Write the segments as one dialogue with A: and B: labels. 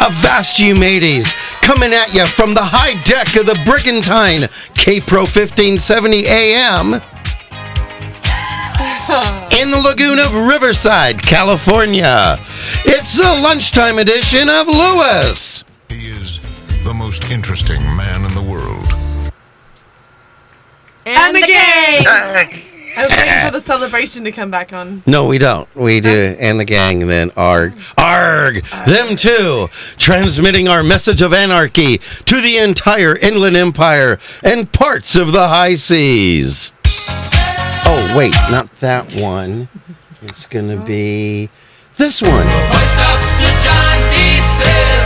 A: Avast you mateys, coming at you from the high deck of the Brigantine, K-Pro 1570 AM, in the lagoon of Riverside, California. It's the lunchtime edition of Lewis.
B: He is the most interesting man in the world.
C: And, the game! I was waiting for the celebration to come back on.
A: No, we don't. We do, and the gang, and then arg, arg, them too, transmitting our message of anarchy to the entire Inland Empire and parts of the high seas. Oh, wait, not that one. It's gonna be this one.
D: Hoist up your John B. Sail.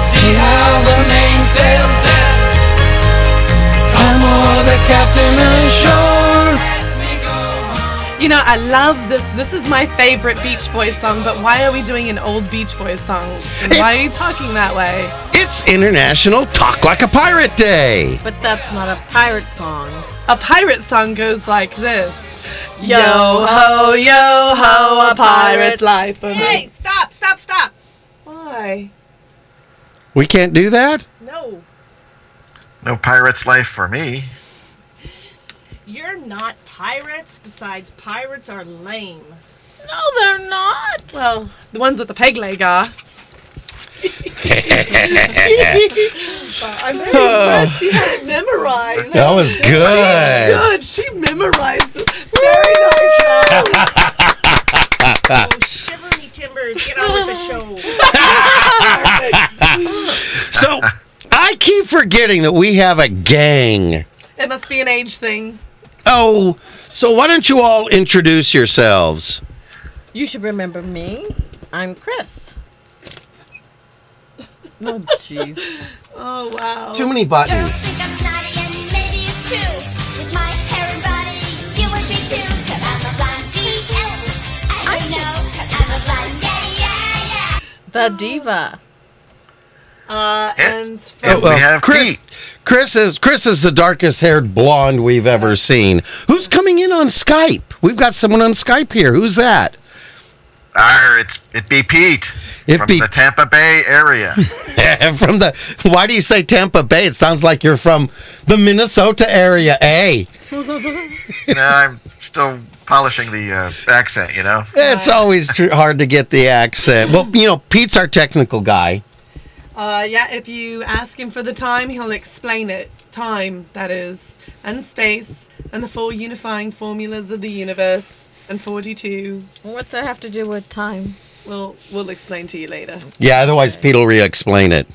D: See how the mainsail sets. Come o'er the captain ashore. Let me go home.
C: You know, I love this. This is my favorite Beach Boys song, but why are we doing an old Beach Boys song? Why are you talking that way?
A: It's International Talk Like a Pirate Day.
E: But that's not a pirate song.
C: A pirate song goes like this. Yo ho, yo ho, a pirate's life.
F: Hey, stop, stop, stop.
C: Why?
A: We can't do that?
C: No,
G: No pirate's life for me.
F: You're not pirates. Besides, pirates are lame.
E: No, they're not.
C: well, the ones with the peg leg are. I'm very impressed. You had it memorized.
A: That was good.
C: Good. She memorized it. Very nice. Job.
F: Oh, shiver me timbers. Get on with the show.
A: So I keep forgetting that we have a gang.
C: It must be an age thing.
A: Oh, so why don't you all introduce yourselves?
E: You should remember me. I'm Chris. Oh, jeez.
C: Oh wow.
A: Too many buttons.
H: Girls think I'm snotty and maybe it's true. With my hair and body, you would be too. Cause I'm a blonde BL. I don't know, cause I'm a blonde, yeah, yeah, yeah.
E: The diva.
C: Uh, and
G: And
C: from,
A: well,
G: we have
A: Chris-
G: Pete.
A: Chris is Chris is the darkest haired blonde we've ever seen. Who's coming in on Skype? We've got someone on Skype here. Who's that?
G: Arr, it's it be Pete
A: It
G: from
A: be-
G: the Tampa Bay area.
A: from the why do you say Tampa Bay? It sounds like you're from the Minnesota area, eh?
G: no, I'm still polishing the uh, accent, you know.
A: It's always tr- hard to get the accent. Well, you know, Pete's our technical guy.
C: uh, yeah, if you ask him for the time, he'll explain it. Time that is, and space, and the four unifying formulas of the universe, and 42.
E: What's that have to do with time?
C: We'll we'll explain to you later.
A: Yeah, otherwise Pete will re-explain it.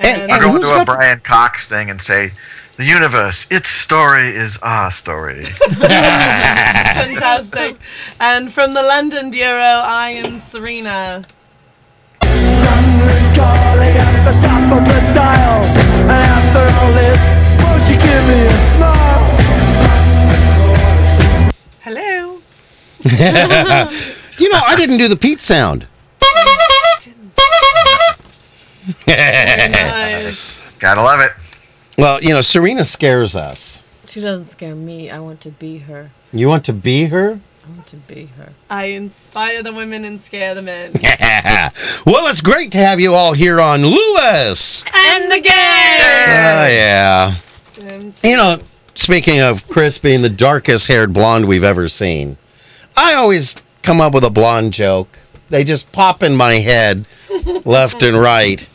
C: And,
G: I'll
A: And
G: go
A: who's
G: do a
A: got the-
G: Brian Cox thing and say, "The universe, its story is our story."
C: fantastic. and from the London bureau, I am Serena. Hello.
A: You know, I didn't do the Pete sound.
C: Nice.
G: Gotta love it.
A: Well, you know, Serena scares us.
E: She doesn't scare me. I want to be her.
A: You want to be her?
E: I want to be her.
C: I inspire the women and scare the men.
A: well, it's great to have you all here on Lewis.
C: and the game.
A: Oh yeah. You know, speaking of Chris being the darkest haired blonde we've ever seen, I always come up with a blonde joke. They just pop in my head left and right.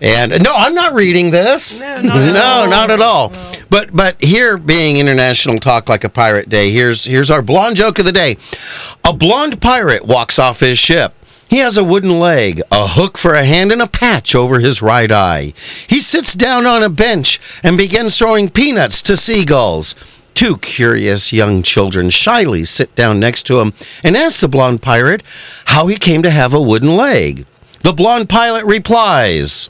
A: And no, I'm not reading this.
C: No, not at all.
A: not at all. But but here being International Talk Like a Pirate Day, here's here's our blonde joke of the day. A blonde pirate walks off his ship. He has a wooden leg, a hook for a hand, and a patch over his right eye. He sits down on a bench and begins throwing peanuts to seagulls. Two curious young children shyly sit down next to him and ask the blonde pirate how he came to have a wooden leg. The blonde pilot replies,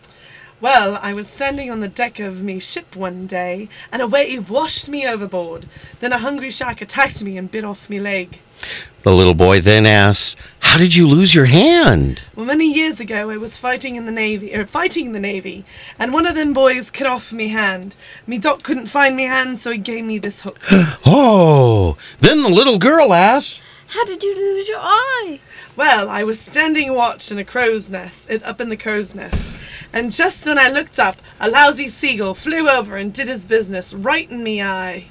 C: Well, I was standing on the deck of me ship one day, and a wave washed me overboard. Then a hungry shark attacked me and bit off me leg.
A: The little boy then asks, How did you lose your hand?
C: Well, many years ago, I was fighting in the navy, or fighting in the navy, and one of them boys cut off me hand. Me doc couldn't find me hand, so he gave me this hook.
A: Oh. Then the little girl asks,
E: How did you lose your eye?
C: Well, I was standing watch in a crow's nest, it- up in the crow's nest, and just when I looked up, a lousy seagull flew over and did his business right in me eye.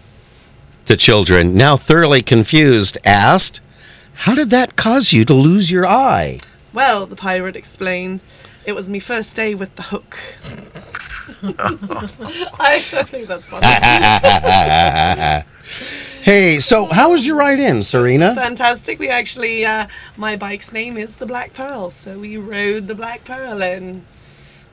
A: The children, now thoroughly confused, asked, How did that cause you to lose your eye?
C: Well, the pirate explained, it was me first day with the hook. I don't think that's funny.
A: Hey, so how was your ride in, Serena?
C: Fantastic. We actually, uh, my bike's name is the Black Pearl, so we rode the Black Pearl in.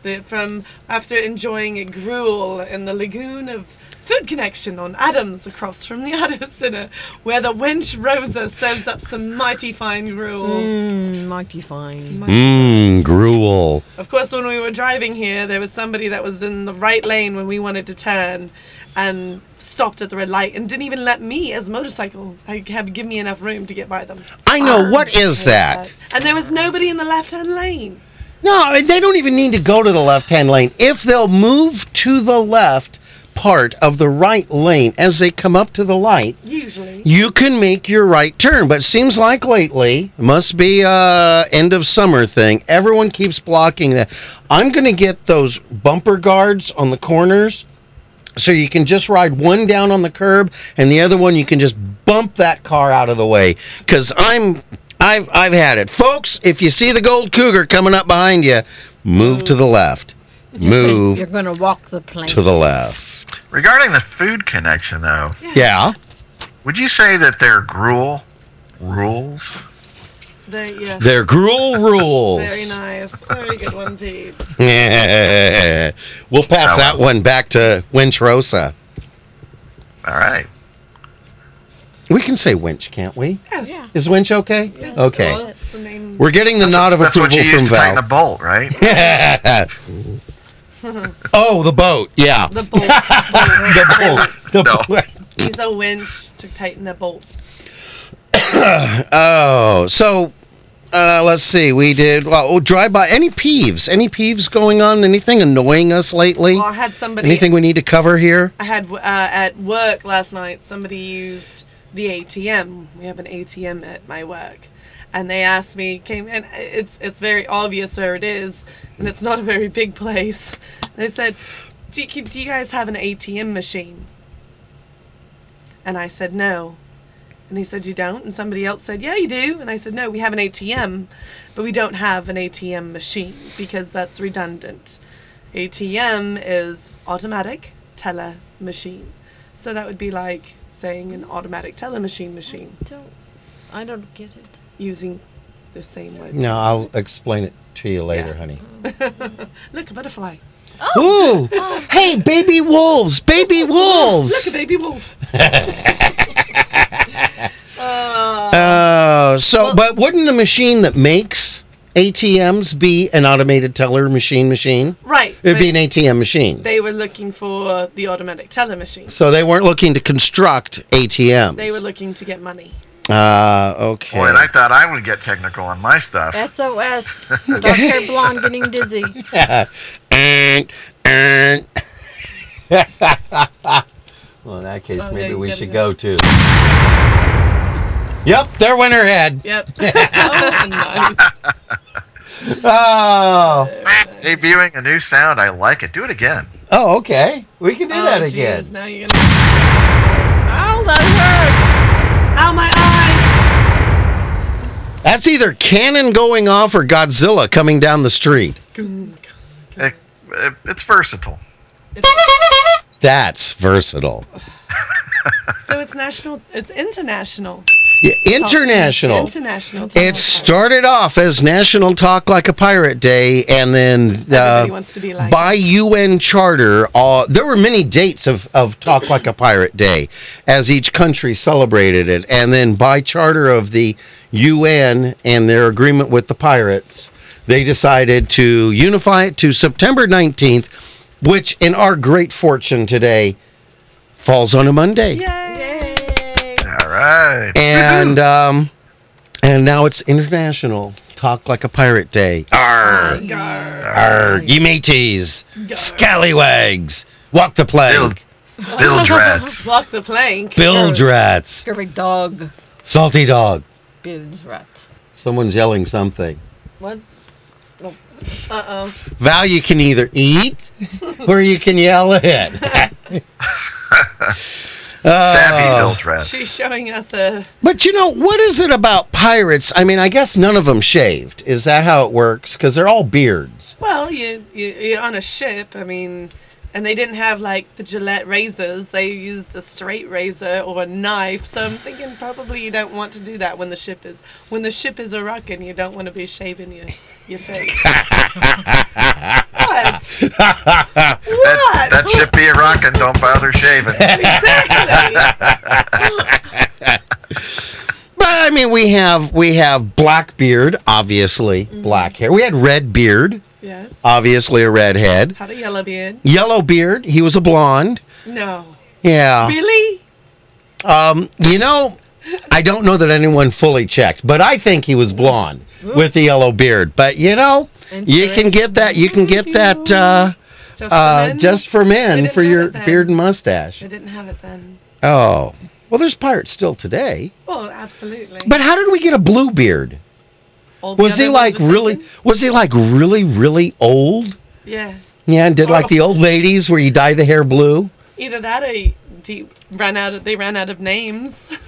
C: The, from after enjoying a gruel in the lagoon of Food Connection on Adams, across from the Adams Dinner, where the wench Rosa serves up some mighty fine gruel.
E: Mm, mighty fine.
A: Mmm, gruel.
C: Of course, when we were driving here, there was somebody that was in the right lane when we wanted to turn and stopped at the red light and didn't even let me, as motorcycle, I have give me enough room to get by them.
A: Oh,
C: Uh,
A: I know, what is that?
C: And there was nobody in the left hand lane.
A: No, they don't even need to go to the left hand lane. If they'll move to the left part of the right lane as they come up to the light,
C: Usually.
A: you can make your right turn. But it seems like lately, must be a end of summer thing. Everyone keeps blocking that. I'm going to get those bumper guards on the corners, so you can just ride one down on the curb and the other one you can just bump that car out of the way. Because I'm, I've, I've had it, folks. If you see the gold cougar coming up behind you, move to the left.
E: You're
A: Move
E: gonna walk the plank.
A: to the left.
G: Regarding the food connection, though,
A: Yeah.
G: would you say that their gruel rules?
C: They, yeah.
A: They're gruel rules.
C: Very nice. Very good one, Pete.
A: eh, we'll pass that one back to Winch Rosa.
G: All right.
A: We can say Winch, can't we?
C: Yeah.
A: Is Winch okay?
C: Well,
A: Okay.
C: that's the name.
A: We're getting the nod of
G: That's what you
A: approval
G: use
A: from
G: to tighten a
A: Val.
G: bolt, right?
A: oh, the boat. Yeah.
C: The bolt.
A: The boat. The
G: No.
A: boat.
C: Use a winch to tighten the bolts.
A: Oh, so uh, let's see. We did well. Oh, drive by. Any peeves? Any peeves going on? Anything annoying us lately?
C: Well, I had somebody.
A: Anything we need to cover here?
C: I had uh, at work last night. Somebody used the ATM. We have an ATM at my work, and they asked me came and it's it's very obvious where it is, and it's not a very big place. They said, "Do you, keep- do you guys have an ATM machine?" And I said no. And he said, You don't? And somebody else said, Yeah, you do. And I said, No, we have an ATM, but we don't have an ATM machine because that's redundant. ATM is automatic teller machine. So that would be like saying an automatic teller machine machine
E: Don't, I don't get it.
C: using the same word.
A: No, I'll explain it to you later,
C: Yeah.
A: honey.
C: Look, a butterfly.
A: Ooh! Hey, baby wolves! Baby
C: Oh, Look, a
A: wolves!
C: baby wolf.
A: Oh, so but wouldn't the machine that makes ATMs be an automated teller machine machine?
C: Right.
A: It'd be an
C: but
A: ATM machine.
C: They were looking for the automatic teller machine.
A: so they weren't looking to construct ATMs.
C: They were looking to get money.
A: Ah, okay.
G: Boy, and I thought I would get technical on my stuff.
E: SOS. Dark hair blonde getting dizzy.
A: And and. well, in that case,
C: Oh, there
A: maybe
C: you
A: we
C: go.
A: should go to. Yep, they're winter head.
C: Yep. oh, nice.
A: Oh,
G: Debuting a new sound, I like it. Do it again.
A: oh, okay. We can do that
C: Oh,
A: again.
C: Jesus, now you're gonna.
E: Oh, that
C: Ow, my eye!
A: That's either cannon going off or Godzilla coming down the street.
G: It, it, it's versatile.
A: That's versatile.
C: So it's national. It's international.
A: Yeah, international.
C: International. Talk.
A: It started off as National Talk Like a Pirate Day, and then uh,
C: Everybody wants to be like.
A: by UN charter, uh, there were many dates of, of Talk Like a Pirate Day as each country celebrated it. And then by charter of the UN and their agreement with the pirates, they decided to unify it to September 19th, which in our great fortune today falls on a Monday.
C: Yay!
G: All right.
A: And um, and now it's International Talk Like a Pirate Day. Arr,
C: Gar.
A: arr, ye mateys, scallywags, walk the plank.
G: Build, build dreads.
C: Block the plank.
A: Bilge rats.
E: hurt. Scurvy dog.
A: Salty dog.
E: binge rut.
A: Someone's yelling something.
E: What?
A: Val, you can either eat or you can yell it.
G: Savvy
C: Oh.
G: built rats.
C: She's showing us a.
A: But you know, what is it about pirates? I mean, I guess none of them shaved. Is that how it works? Because they're all beards.
C: Well, you, you you're on a ship. I mean, and they didn't have like the Gillette razors. They used a straight razor or a knife. So I'm thinking probably you don't want to do that when the ship is when the ship is a rocking. You don't want to be shaving your your face. what?
G: That,
C: What?
G: that ship be a rockin', don't bother shaving.
C: Exactly.
A: But I mean, we have we have black beard, obviously
C: Mm-hmm.
A: black hair. We had red beard,
C: yes.
A: Uh, obviously a redhead.
C: Had a yellow beard.
A: Yellow beard, he was a blonde.
C: No.
A: Yeah.
C: Really?
A: Um, you know, I don't know that anyone fully checked, but I think he was blonde with the yellow beard. But you know, you can get that. You can get that uh,
C: Just,
A: uh,
C: men?
A: just for
C: They
A: men
C: didn't
A: for
C: have
A: your
C: it then.
A: beard and mustache.
C: I didn't have it then.
A: Oh, well, there's pirates still today.
C: Well, absolutely.
A: But how did we get a blue beard?
C: All the
A: Was he
C: other ones
A: like
C: were
A: really?
C: taken?
A: Was he like really really old?
C: Yeah.
A: Yeah, and did
C: Oh.
A: like the old ladies where you dye the hair blue?
C: Either that or he- they ran out of they ran out of names.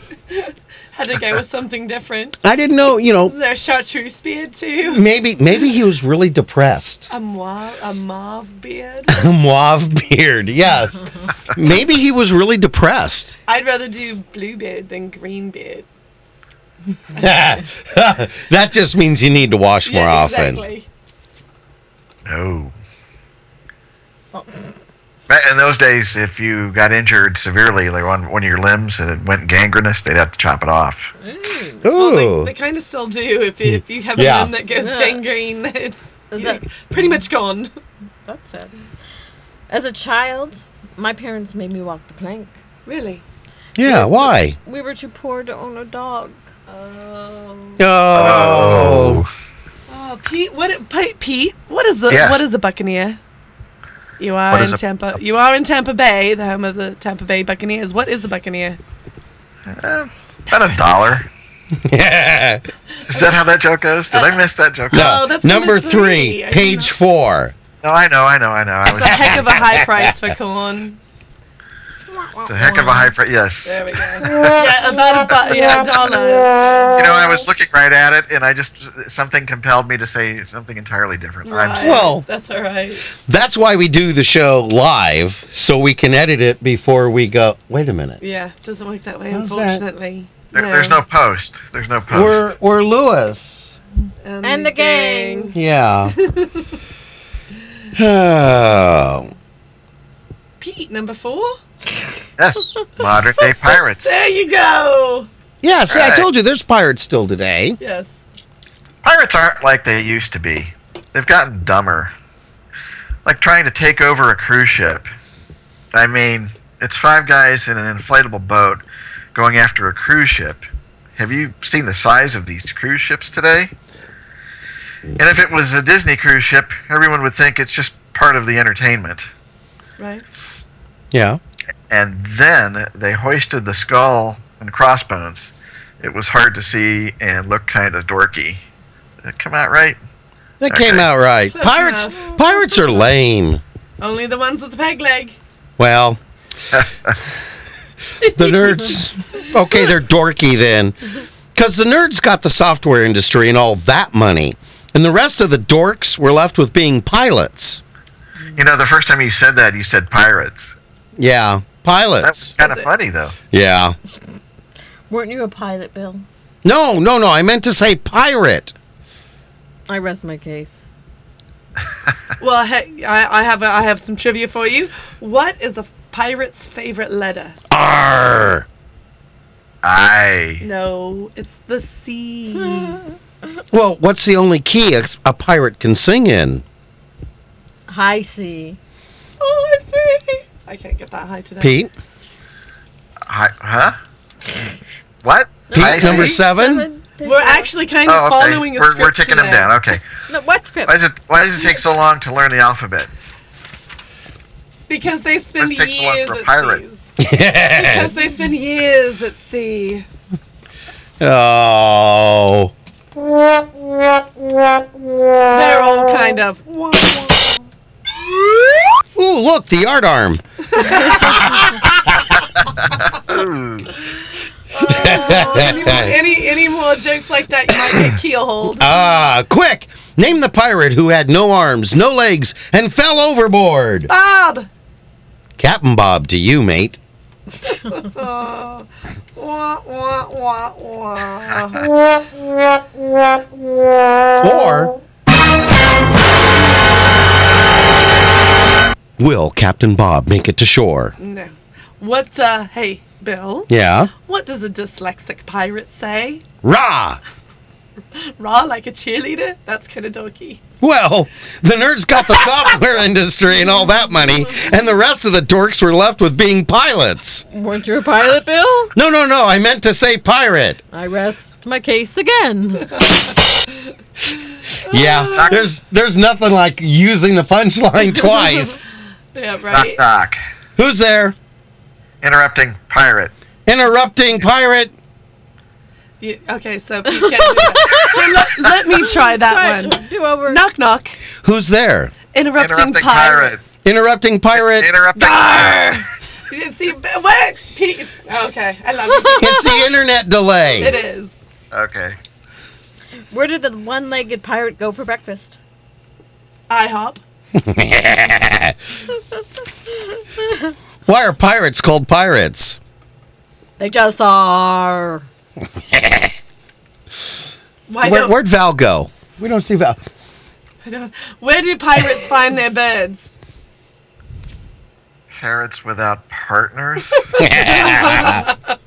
C: Had to go with something different.
A: I didn't know. You know,
C: Isn't there a chartreuse beard too?
A: maybe maybe he was really depressed.
C: A mauve, a mauve beard.
A: mauve beard. Yes. Maybe he was really depressed.
C: I'd rather do blue beard than green beard.
A: that just means you need to wash more
C: yeah,
A: often.
C: Exactly.
G: No. Oh.
C: Oh.
G: Back in those days, if you got injured severely, like on one of your limbs, and it went gangrenous, they'd have to chop it off.
C: Well, they-
A: Ooh.
C: they, kind of still do. If you, if you have a
A: Yeah.
C: limb that goes
E: Yeah.
C: gangrene, it's
E: Is
C: you're
E: that-
C: pretty much gone.
E: That's sad. As a child, my parents made me walk the plank.
C: Really?
A: Yeah, why?
E: We were too poor to own a dog.
C: Oh,
A: Oh.
C: oh, Pete. What, Pete? Pete? What is the
G: Yes.
C: what is the Buccaneer? You are
G: What
C: in
G: is a-
C: Tampa. you are in Tampa Bay, the home of the Tampa Bay Buccaneers. What is a Buccaneer?
G: About a dollar.
C: Oh,
G: Is that how that joke goes? Did I miss that joke?
A: no.
C: Oh, that's
A: number
C: number
A: three,
C: three. I didn't
A: page four.
G: No, I know, I know, I know. I was,
C: It's a heck of a high price for corn.
G: it's a heck of a high price. Yes.
C: There we go. yeah, about a bu- yeah, a dollar.
G: You know, I was looking right at it, and I just something compelled me to say something entirely different. I'm
C: Right.
G: sorry.
A: Well-
C: that's all right.
A: That's why we do the show live, so we can edit it before we go. Wait a minute.
C: Yeah, doesn't work that way,
A: How's that?
C: unfortunately.
G: There, There's no post. There's no
A: We're
G: post.
A: we're Lewis.
E: And the gang.
A: Yeah. oh.
C: Pete, number four.
G: Yes, modern day pirates.
C: There you go.
A: Yeah, see, I
G: Alright.
A: told you there's pirates still today.
C: Yes.
G: Pirates aren't like they used to be. They've gotten dumber. Like trying to take over a cruise ship. I mean, it's five guys in an inflatable boat going after a cruise ship. Have you seen the size of these cruise ships today? And if it was a Disney cruise ship, everyone would think it's just part of the entertainment.
C: Right.
A: Yeah.
G: and then they hoisted the skull and crossbones. It was hard to see and looked kind of dorky. Did it come out right?
A: That came out right.
C: Close
A: pirates
C: enough.
A: pirates are lame.
C: Only the ones with the peg leg.
A: Well, the nerds okay, they're dorky then. Cuz the nerds got the software industry and all that money. And the rest of the dorks were left with being pilots.
G: You know, the first time you said that, you said pirates.
A: Yeah,
G: That was
A: pilots.
G: kind of funny, though.
A: Yeah.
E: Weren't you a pilot, Bill?
A: No, no, no. I meant to say pirate.
E: I rest my case.
C: Well, he- I, I have a, I have some trivia for you. What is a pirate's favorite letter?
A: Arr.
G: I.
C: No, it's the Oh, C.
A: Well, what's the only key a, a pirate can sing in?
E: High C.
C: oh, I see. I can't get that high today.
A: Pete?
G: I huh? What?
A: Pete
G: I
A: number
G: see.
A: 7?
C: We're actually kind of
G: Oh, okay.
C: following a
G: We're,
C: script
G: we're ticking them
C: today.
G: down. Okay.
E: No, what
G: Why
E: script?
G: does it Why does it take so long to learn the alphabet?
C: Because they spend
G: This takes a lot
C: years
G: for a
C: at
G: pirate.
C: seas. Because they spend years at sea.
A: Oh.
C: They're all kind of.
A: Ooh, look, the yard arm.
C: any, any any more jokes like that, you might get keelholed.
A: Ah, quick! Name the pirate who had no arms, no legs, and fell overboard.
C: Bob.
A: Captain Bob to you, mate.
C: Oh, wah, wah, wah, wah.
A: Or. Will Captain Bob make it to shore?
C: No. What? uh Hey, Bill.
A: Yeah.
C: What does a dyslexic pirate say?
A: Rah!
C: Raw like a cheerleader? That's kind of dorky.
A: Well, the nerds got the software industry and all that money, and the rest of the dorks were left with being pilots.
E: Weren't you a pilot, Bill?
A: No, no, no, I meant to say pirate.
E: I rest my case again.
A: Yeah, there's there's nothing like using the punchline twice.
C: Yeah,
G: Knock
C: right.
G: knock.
A: Who's there?
G: Interrupting pirate.
A: Interrupting pirate.
C: You- okay, so if you can't do that. Hey, let, let me try that one.
E: Do over.
C: Knock knock.
A: Who's there?
C: Interrupting,
G: Interrupting
C: pirate.
G: pirate.
A: Interrupting pirate.
G: Interrupting pirate.
C: You See, Bill- what? Pete. Okay, I love you.
A: it's the internet
C: it
A: delay.
C: is.
G: Okay.
E: Where did the one-legged pirate go for breakfast?
C: IHOP.
A: Why are pirates called pirates?
E: They just are.
C: Why
A: Where,
C: don't,
A: where'd Val go? We don't see Val.
C: I don't- where do pirates find their birds?
G: Parrots without partners.
E: like, a,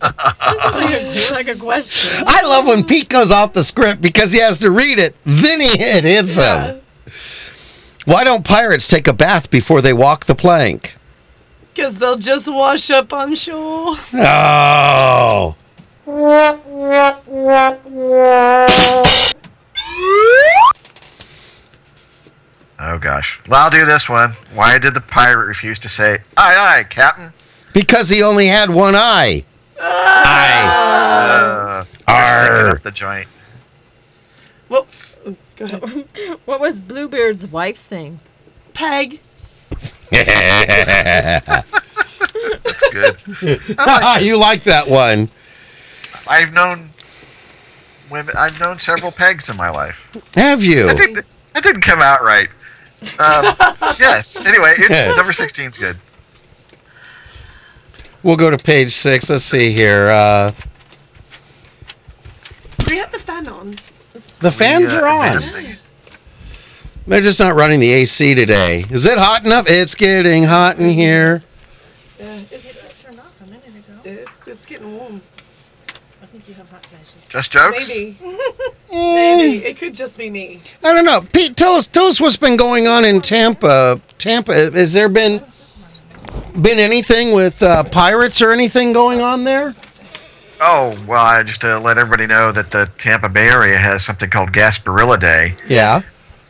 E: like a question.
A: I love when Pete goes off the script because he has to read it, then he it hits him. Why don't pirates take a bath before they walk the plank?
C: Because they'll just wash up on shore.
A: Oh.
G: oh gosh. Well, I'll do this one. Why did the pirate refuse to say "Aye, aye, Captain"?
A: Because he only had one eye. Aye.
G: Uh, they're sticking
A: Arr.
G: up the joint.
C: Well, go ahead.
E: What was Bluebeard's wife's name?
C: Peg.
G: It's good.
A: you like that one.
G: I've known women. I've known several pegs in my life.
A: Have you?
G: That didn't, that didn't come out right. Um, yes. Anyway, it's, number 16's good.
A: We'll go to page six. Let's see here. Uh,
C: Do we have the fan on?
A: the fans
G: The, uh,
A: are on.
G: advancing.
A: They're just not running the AC today. Is it hot enough? It's getting hot in here.
F: It just turned off a minute ago.
C: It's, it's getting warm.
F: I think you have hot flashes.
G: Just jokes.
C: Maybe.
A: Eh,
C: Maybe. It could just be me.
A: I don't know. Pete, tell us tell us what's been going on in Tampa. Tampa, has there been been anything with uh, pirates or anything going on there?
G: Oh well, I just to let everybody know that the Tampa Bay area has something called Gasparilla Day.
A: Yeah.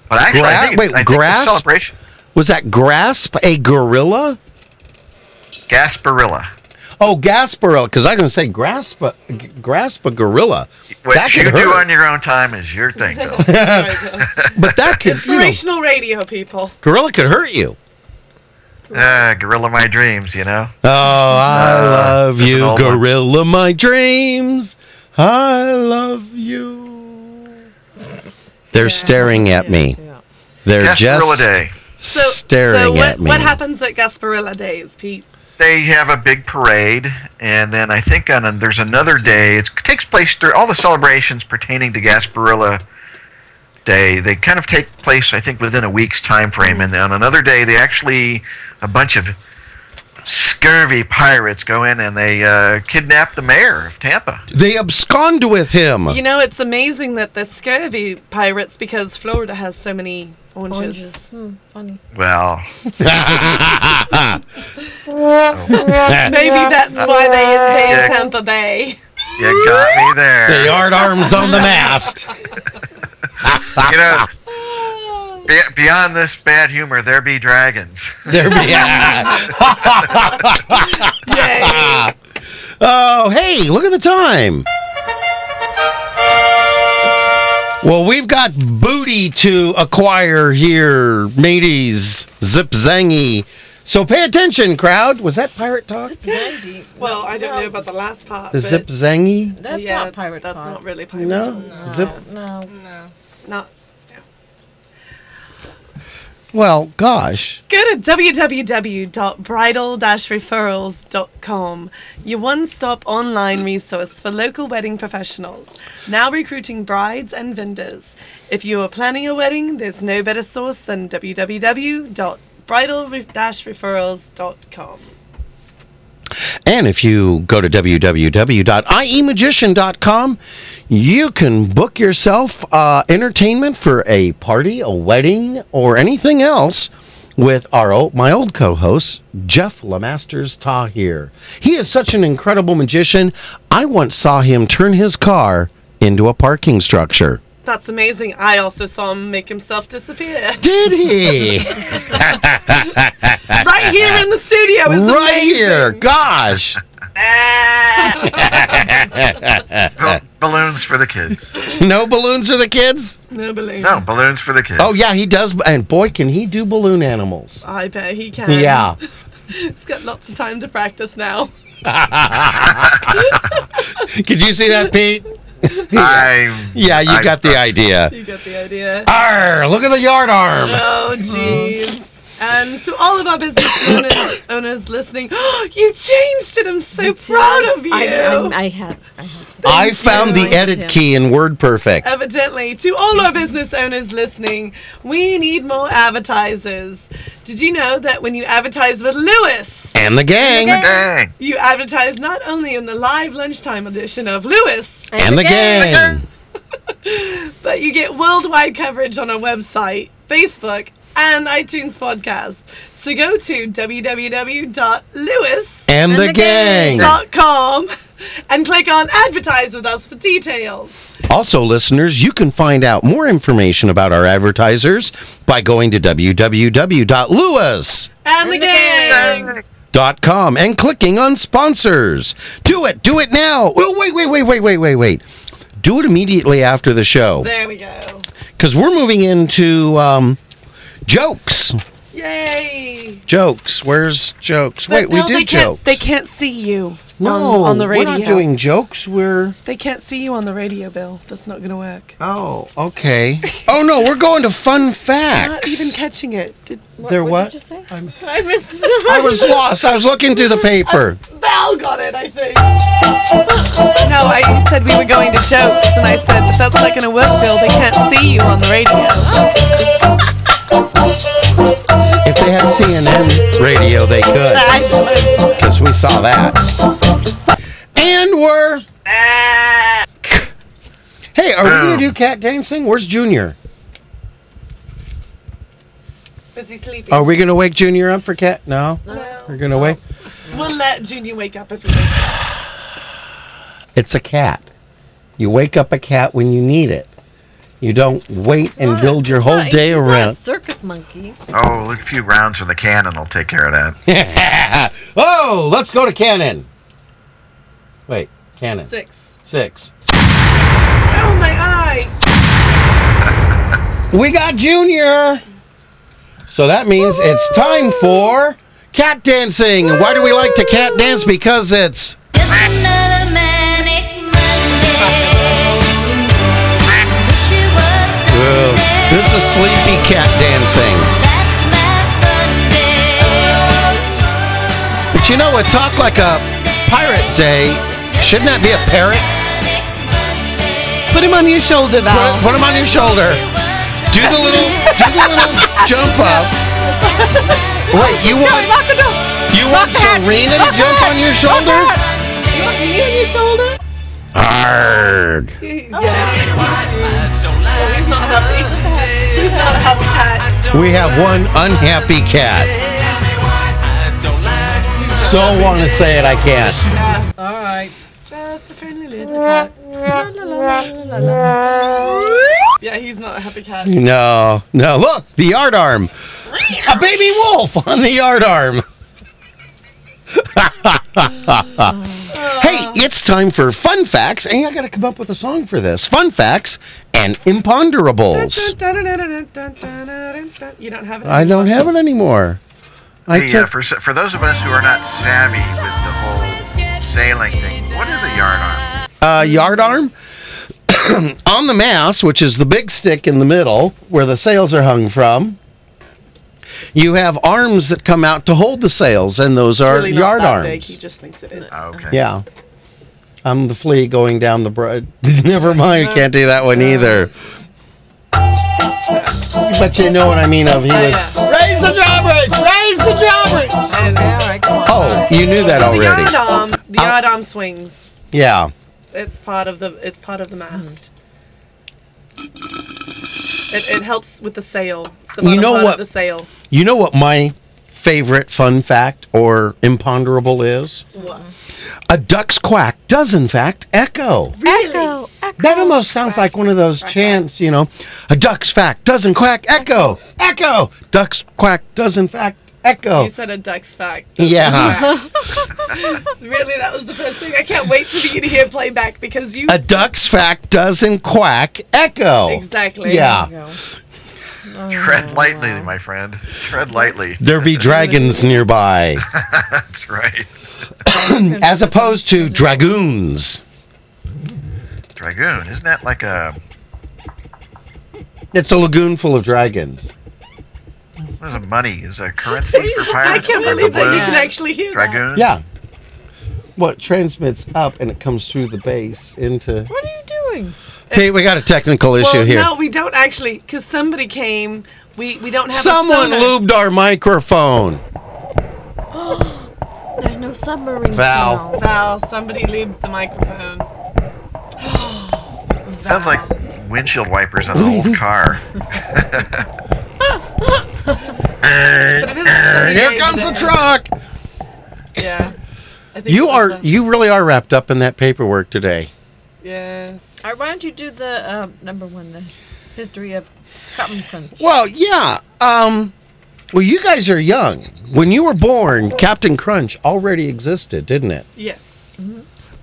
G: But actually,
A: Gra-
G: I think,
A: wait,
G: I think
A: grasp?
G: It's a celebration.
A: Was that grasp a gorilla?
G: Gasparilla.
A: Oh, gasparilla. Because I was gonna say grasp a g- grasp a gorilla.
G: What
A: That
G: you
A: could
G: do
A: hurt.
G: on your own time is your thing, Bill.
A: But that could you know,
C: Inspirational radio, people.
A: gorilla could hurt you.
G: uh, gorilla my dreams, you know.
A: Oh, I
G: Uh,
A: love
G: that's an
A: you,
G: old one.
A: gorilla. My dreams. I love you. They're staring at me.
E: Yeah.
A: They're
G: Gasparilla
A: just
G: Day.
A: staring
C: so what,
A: at me.
C: What happens at Gasparilla Days, Pete?
G: They have a big parade, and then I think on a, there's another day. It's, it takes place through all the celebrations pertaining to Gasparilla Day. They kind of take place, I think, within a week's time frame. And on another day, they actually a bunch of scurvy pirates go in and they uh, kidnap the mayor of Tampa.
A: They abscond with him.
C: You know, it's amazing that they're scurvy pirates because Florida has so many oranges.
E: Oranges. Hmm, funny.
G: Well,
C: Maybe that's why they invade
G: Yeah.
C: Tampa Bay.
G: you got me there.
A: the yard arms on the mast.
G: you know, be- beyond this bad humor, there be dragons.
A: There we are.
C: Yay.
A: Oh, hey, look at the time. Well, we've got booty to acquire here, mateys, zip zangy. So pay attention, crowd. Was that pirate talk?
E: Zangy.
C: Well, I don't know about the last part.
A: The
C: but-
A: zip zangy?
E: That's
C: yeah,
E: not pirate
C: That's
E: talk.
C: not really pirate
A: No.
C: talk.
A: Zip.
E: No.
F: No.
C: Not.
A: Well, gosh.
C: Go to www.bridal-referrals.com, your one-stop online resource for local wedding professionals. Now recruiting brides and vendors. If you are planning a wedding, there's no better source than www.bridal-referrals.com.
A: And if you go to E www.iemagician.com, you can book yourself uh, entertainment for a party, a wedding, or anything else with our old, my old co-host Jeff Lemasters Tahir. He is such an incredible magician. I once saw him turn his car into a parking structure.
C: That's amazing. I also saw him make himself disappear.
A: Did he?
C: right here in the studio. It's
A: right
C: amazing.
A: here. Gosh.
G: Bal- balloons for the kids.
A: No balloons for the kids?
C: No believe.
G: No, balloons for the kids.
A: Oh yeah, he does and boy can he do balloon animals.
C: I bet he can.
A: Yeah.
C: He's got lots of time to practice now.
A: Could you see that, Pete?
G: I,
A: Yeah, you
G: I-
A: got the idea.
C: You got the idea.
A: Arr, look at the yard arm.
C: Oh, jeez. And to all of our business owners, owners listening, you changed it. I'm so proud of you.
E: I, I, I have. I have.
A: I found the edit key in WordPerfect.
C: Evidently, to all our business owners listening, we need more advertisers. Did you know that when you advertise with Lewis,
A: And the gang.
G: Dang.
C: You advertise not only in the live lunchtime edition of Lewis,
A: And the gang.
C: but you get worldwide coverage on our website, Facebook, and iTunes podcast. So go to www.lewis.com
A: And the
E: the
A: gang.
E: gang.
C: and click on advertise with us for details.
A: Also, listeners, you can find out more information about our advertisers by going to www.lewis.com
C: And, the,
E: the
C: gang.
A: and clicking on sponsors. Do it. Do it now. Oh, wait, wait, wait, wait, wait, wait, wait. Do it immediately after the show.
C: There we go.
A: because we're moving into um, jokes.
C: Yay.
A: Jokes. Where's jokes? Wait,
C: But
A: we
C: no, they
A: did
C: can't,
A: jokes.
C: They can't see you
A: no,
C: on, on the radio.
A: we're not doing jokes. We're
C: they can't see you on the radio, Bill. That's not going to work.
A: oh, okay. oh no, we're going to fun facts.
C: Not even catching it. Did,
A: They're
E: What
A: what?
E: did you just say? I missed it.
A: I was lost. I was looking through the paper.
C: Val got it, I think. No, I you said we were going to jokes, and I said, but that's not going to work, Bill. They can't see you on the radio.
A: If they had CNN radio, they could,
C: I-
A: because we saw that. And we're. Hey, are we gonna do cat dancing? Where's Junior?
C: Is he sleeping?
A: Are we gonna wake Junior up for cat? No, we're
C: No.
A: gonna wake.
C: We'll let Junior wake up if he wakes up.
A: It's a cat. You wake up a cat when you need it. You don't wait and build your whole day
E: He's not a
A: around.
E: circus monkey.
G: Oh, a few rounds from the cannon will take care of that.
A: oh, let's go to Cannon. Wait, Cannon.
C: Six.
A: Six.
C: Oh, my eye.
A: We got Junior. So that means it's time for cat dancing. Why do we like to cat dance? Because it's
H: Just another manic Monday. Wish it was
A: Ugh,
H: Sunday.
A: this is sleepy cat dancing.
H: That's my fun day.
A: But you know what? Talk like a pirate day. Shouldn't that be a parrot?
C: Put him on your shoulder,
A: Put,
C: Val.
A: put him on your shoulder. Do the little, do the little jump up. Wait, you want
C: Knock it off.
A: you want Serena to jump on your shoulder?
C: You want me on your shoulder?
A: Arg.
C: He's not happy. He's not a happy cat.
A: We have one unhappy cat. So want to say it, I can't.
E: All right.
C: Just a friendly little cat. Yeah, he's not a happy cat.
A: No, no. Look, the yard arm. A baby wolf on the yard arm. hey, Hey, it's time for fun facts, and I got to come up with a song for this. Fun facts and imponderables.
C: You don't have it.
A: I don't have it anymore. I
G: The, uh,
A: took
G: for, s- for those of us who are not savvy with the whole sailing thing, what is a yard arm?
A: uh, yard arm on the mast, which is the big stick in the middle where the sails are hung from. You have arms that come out to hold the sails, and those are
C: really not
A: yard
C: that
A: arms.
C: Big. He just thinks it is.
G: Oh, okay.
A: Yeah. I'm the flea going down the bro. Never mind, can't do that one either. But you know what I mean of he was
C: Oh, yeah.
A: Raise the drawbridge! Raise the drawbridge!
C: And
A: Oh, you knew that
C: the
A: already. Oh,
C: yard arm, the yard arm swings.
A: Yeah.
C: It's part of the. It's part of the
E: Hmm.
C: mast. It, it helps with the sail. It's the
A: You
C: bottom
A: know
C: part
A: what-
C: Of the sail.
A: You know what my favorite fun fact or imponderable is?
C: What?
A: A duck's quack does in fact echo.
E: Echo, echo.
A: That almost sounds like one of those chants, you know. A duck's fact does in quack echo. Echo. Duck's quack does in fact echo.
C: You said a duck's fact.
A: Yeah.
C: really, that was the first thing. I can't wait for you to hear playback because you.
A: A duck's fact doesn't quack echo.
C: Exactly.
A: Yeah.
G: Tread lightly, my friend. Tread lightly.
A: There be dragons nearby,
G: That's right.
A: as opposed to dragoons.
G: Dragoon, isn't that like a
A: It's a lagoon full of dragons.
G: what is a money? Is a currency for
C: I
G: pirates?
C: can't
G: Or the
C: believe that you
G: blue
C: can actually hear that.
G: Dragoon?
A: Yeah. What transmits up and it comes through the base into.
E: What are you doing?
A: Hey, we got a technical issue
C: Well,
A: here.
C: no, we don't actually, because somebody came. We we don't have.
A: Someone
C: a sonar.
A: lubed our microphone.
E: There's no submarine.
A: Val.
E: sound.
C: Val, somebody lubed the microphone.
G: Sounds like windshield wipers on an old car.
C: But it is a sunny
A: Here
C: day
A: comes the
C: today.
A: truck.
C: Yeah. I think
A: You
C: it was
A: are
C: a-
A: you really are wrapped up in that paperwork today.
C: Yes.
E: All right, why don't you do the uh, number one, the history of Captain Crunch?
A: Well, yeah. Um, well, you guys are young. When you were born, Captain Crunch already existed, didn't it?
C: Yes.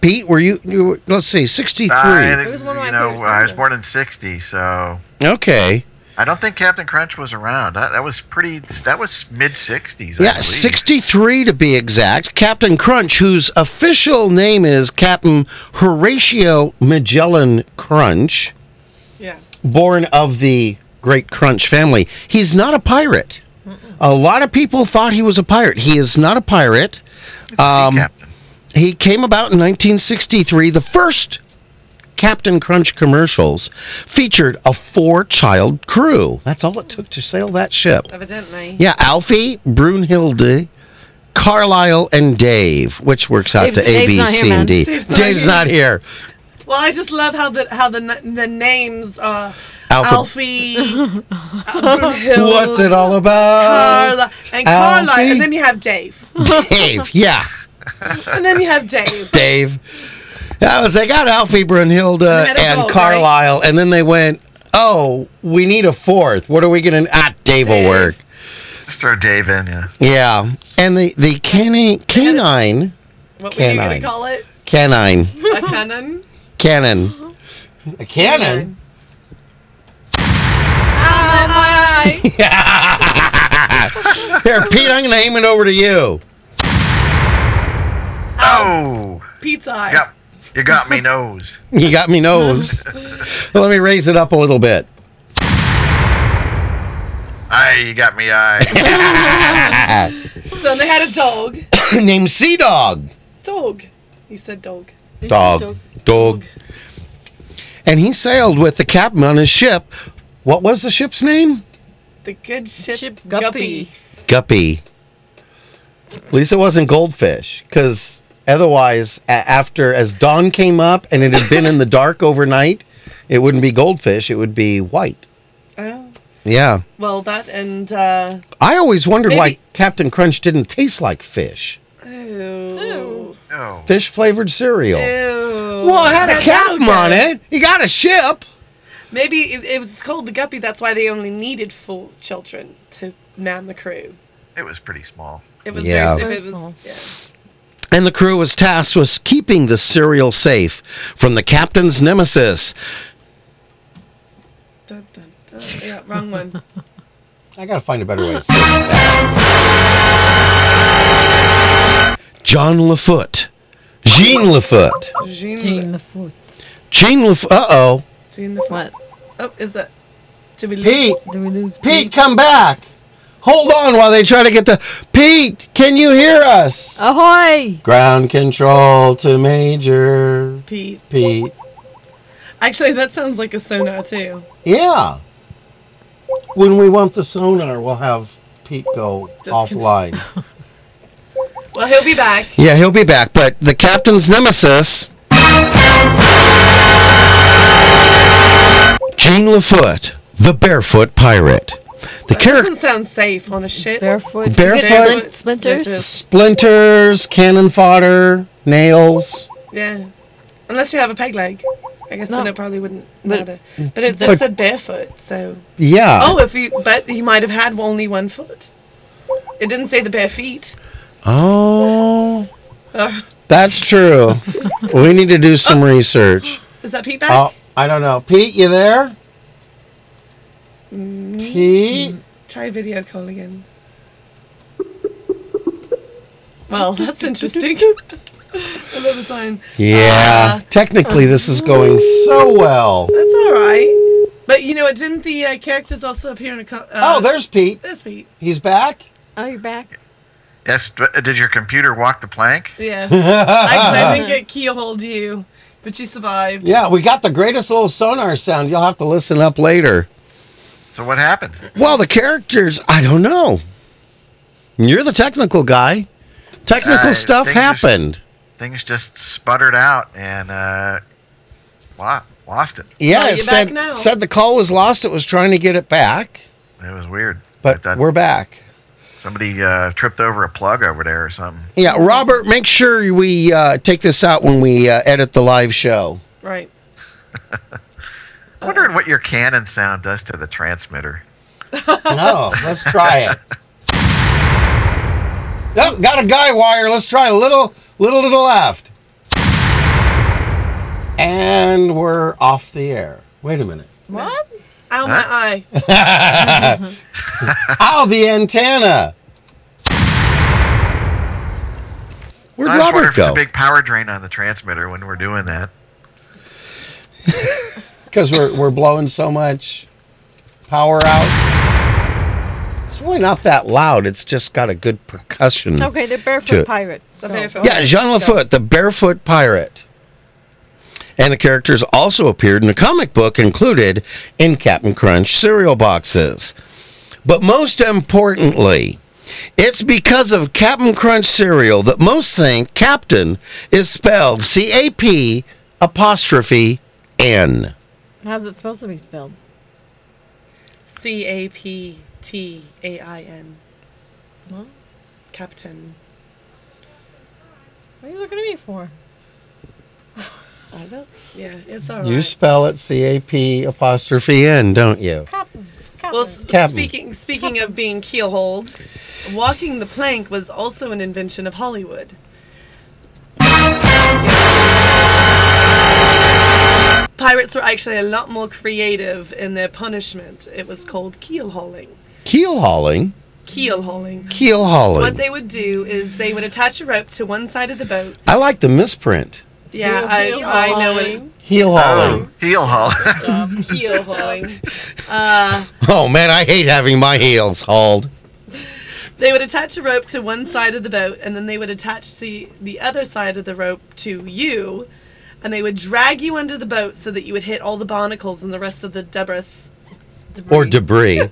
A: Pete, were you? you were, let's see, sixty-three.
G: Uh, and
E: It was
G: it-
E: one of
G: you
E: my
G: know,
E: favorite
G: I was
E: songs.
G: born in '60, so
A: okay.
G: I don't think Captain Crunch was around. That, that was pretty. That was mid '60s. I
A: Yeah,
G: believe.
A: sixty-three to be exact. Captain Crunch, whose official name is Captain Horatio Magellan Crunch,
C: Yes.
A: born of the Great Crunch family. He's not a pirate. A lot of people thought he was a pirate. He is not a pirate.
G: Sea
A: um,
G: Captain.
A: He came about in 1963. The first Captain Crunch commercials featured a four child crew. That's all it took to sail that ship.
C: Evidently.
A: Yeah, Alfie, Brunhilde, Carlisle, and Dave, which works out
E: Dave-
A: to A,
E: Dave's
A: B,
E: not
A: C,
E: here,
A: and
E: man.
A: D.
C: Dave's
A: Dave's,
C: not here.
A: not here.
C: Well, I just love how the how the n- the names are
A: Alpha-
C: Alfie, uh, Brunhild,
A: What's it all about?
C: Carla, and
A: Alfie?
C: Carla, and then you have Dave,
A: Dave, yeah,
C: and then you have Dave.
A: Dave. That was they got Alfie, Brunhilde,
C: had a
A: and
C: boat, right?
A: Carlisle, and then they went, "Oh, we need a fourth. What are we gonna? Ah, Dave. will
C: Dave.
A: work."
G: Just throw Dave in. Yeah.
A: Yeah, and the the canine canine
C: What were you gonna
A: Canine.
C: call it?
A: canine
C: A cannon?
A: cannon. A cannon. Here, Pete, I'm gonna aim it over to you.
G: Oh,
C: Pizza. Hut.
G: yep. You got me nose.
A: You got me nose. Let me raise it up a little bit.
G: Aye, you got me eye.
C: So they had a dog.
A: Named Sea Dog.
C: Dog. You said dog.
A: Dog. Dog. And he sailed with the captain on his ship. What was the ship's name?
C: The good ship,
E: Ship
C: guppy.
E: Guppy.
A: Guppy. At least it wasn't goldfish, because otherwise, a- after as dawn came up and it had been in the dark overnight, it wouldn't be goldfish. It would be white.
C: Oh.
A: Yeah,
C: Well, that and uh,
A: I always wondered why
C: Maybe-
A: Captain Crunch didn't taste like fish.
C: ew.
G: Oh,
A: Fish flavored cereal.
C: Ew.
A: Well, it had a
C: That's
A: captain
C: okay.
A: on it. He got a ship.
C: Maybe it, it was called the guppy. That's why they only needed four children to man the crew.
G: it was pretty small.
C: It was
A: Yeah.
C: very,
E: Very
C: it was,
E: small.
C: yeah.
A: and the crew was tasked with keeping the cereal safe from the captain's nemesis.
C: Dun, dun, dun. Yeah, wrong one.
A: I gotta find a better way to say this. John Lafoot. Jean Lafoot.
C: Jean,
E: Jean the foot.
A: Jean Lafoot. Uh oh.
C: Jean the
E: What?
C: Oh, is that to be
A: Pete!
E: Do we lose
A: Pete, come back! Hold on while they try to get the. Pete, can you hear us?
E: Ahoy!
A: Ground control to Major
C: Pete?
A: Pete.
C: Actually, that sounds like a sonar too.
A: Yeah. When we want the sonar, we'll have Pete go
C: Disconnect.
A: offline.
C: Well, he'll be back.
A: Yeah, he'll be back, but the captain's nemesis. Jean LaFoot, the barefoot pirate. The character.
C: Doesn't sound safe on a ship.
E: Barefoot.
A: Barefoot.
E: Splint- Splinters.
C: Splinters.
A: Splinters, cannon fodder, nails.
C: Yeah, unless you have a peg leg. I guess then
E: No.
C: it probably wouldn't
E: But-
C: matter. But it
A: But-
C: just said barefoot, so.
A: Yeah.
C: Oh, if he, but he might have had only one foot. It didn't say the bare feet.
A: Oh,
C: Uh,
A: that's true. we need to do some research.
C: is that Pete back?
A: Oh, I don't know. Pete, you there?
C: Mm.
A: Pete?
C: Try video call again. Well, that's interesting. Another sign.
A: Yeah.
C: Uh.
A: Technically, this is going so well.
C: That's all right. But you know what? Didn't the uh, characters also appear in a? Co- uh,
A: Oh, there's Pete.
C: There's Pete.
A: He's back.
E: Oh, you're back.
G: Yes. d- uh, Did your computer walk the plank?
C: Yeah. Actually, I didn't get keyhole you, but you survived.
A: Yeah, we got the greatest little sonar sound. You'll have to listen up later.
G: So what happened?
A: Well, the characters, I don't know. You're the technical guy. Technical
G: I
A: stuff
G: think there's-
A: happened.
G: Things just sputtered out and uh, lost, lost it.
A: Yeah,
C: Well,
A: it
C: you're back
A: said,
C: now.
A: said the call was lost. It was trying to get it back,
G: It was weird. I
A: but
G: thought
A: we're back.
G: somebody uh, tripped over a plug over there or something.
A: Yeah, Robert, make sure we uh, take this out when we uh, edit the live show.
C: Right.
G: Wondering what your cannon sound does to the transmitter.
A: No, let's try it. Yep, got a guy wire. Let's try a little, little to the left. And we're off the air. Wait a minute.
E: What?
C: Ow, my eye.
A: Ow, the antenna. Where'd
G: I just wonder
A: Robert
G: if it's a
A: go?
G: big power drain on the transmitter when we're doing that.
A: Because we're, we're blowing so much power out. It's really not that loud. It's just got a good percussion.
E: Okay, the barefoot Oh.
A: Two.
E: pirate.
C: The
E: Go.
C: barefoot.
A: Yeah, Jean Lafoot, the barefoot pirate. And the characters also appeared in a comic book included in Captain Crunch cereal boxes. But most importantly, it's because of Captain Crunch cereal that most think Captain is spelled C A P apostrophe N.
E: How's it supposed to be spelled?
C: C A P T A I N.
E: What?
C: Captain.
E: What are you looking at me for?
C: I don't. Yeah, it's alright.
A: You spell it C A P apostrophe N, don't you?
E: Captain.
C: well, s-
A: Captain.
C: speaking speaking of being keelholed, walking the plank was also an invention of Hollywood. Pirates were actually a lot more creative in their punishment. It was called keel hauling.
A: Keel hauling.
C: Keel hauling.
A: Keel hauling.
C: What they would do is they would attach a rope to one side of the boat.
A: I like the misprint.
C: Yeah, I, I know it.
A: Heel hauling.
G: Oh, heel haul.
C: Heel hauling. Uh,
A: Oh man, I hate having my heels hauled.
C: they would attach a rope to one side of the boat, and then they would attach the the other side of the rope to you, and they would drag you under the boat so that you would hit all the barnacles and the rest of the debris.
A: Or debris.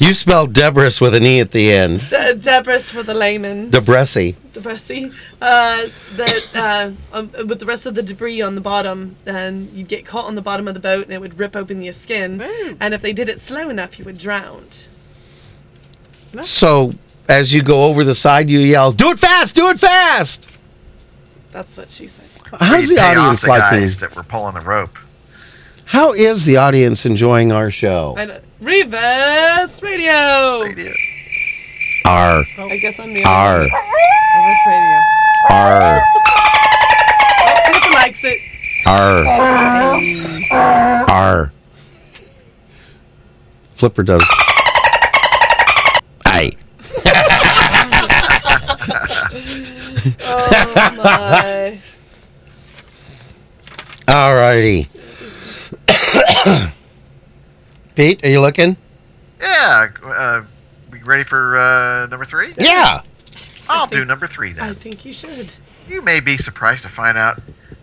A: you spelled debris with an E at the end.
C: De- debris for the layman.
A: Debressy.
C: Debressy. Uh, the, uh, um, with the rest of the debris on the bottom, and you'd get caught on the bottom of the boat, and it would rip open your skin.
E: Ooh.
C: And if they did it slow enough, you would drown.
A: So as you go over the side, you yell, "Do it fast! Do it fast!"
C: That's what she said.
A: How's
G: You
A: the
G: pay off
A: audience
G: the
A: liking?
G: guys that were pulling the rope?
A: How is the audience enjoying our show?
C: I don't- reverse radio.
G: Idiot.
A: R
C: I guess I'm the
A: R.
C: only one.
E: Elvis Radio.
A: R
C: Pippa likes it.
A: R R. Flipper does. Aye.
C: Oh my.
A: Alrighty. Pete, are you looking?
G: Yeah. Uh, we ready for uh, number three?
A: Yeah.
G: I'll do number three
C: I
G: then.
C: think you should.
G: You may be surprised to find out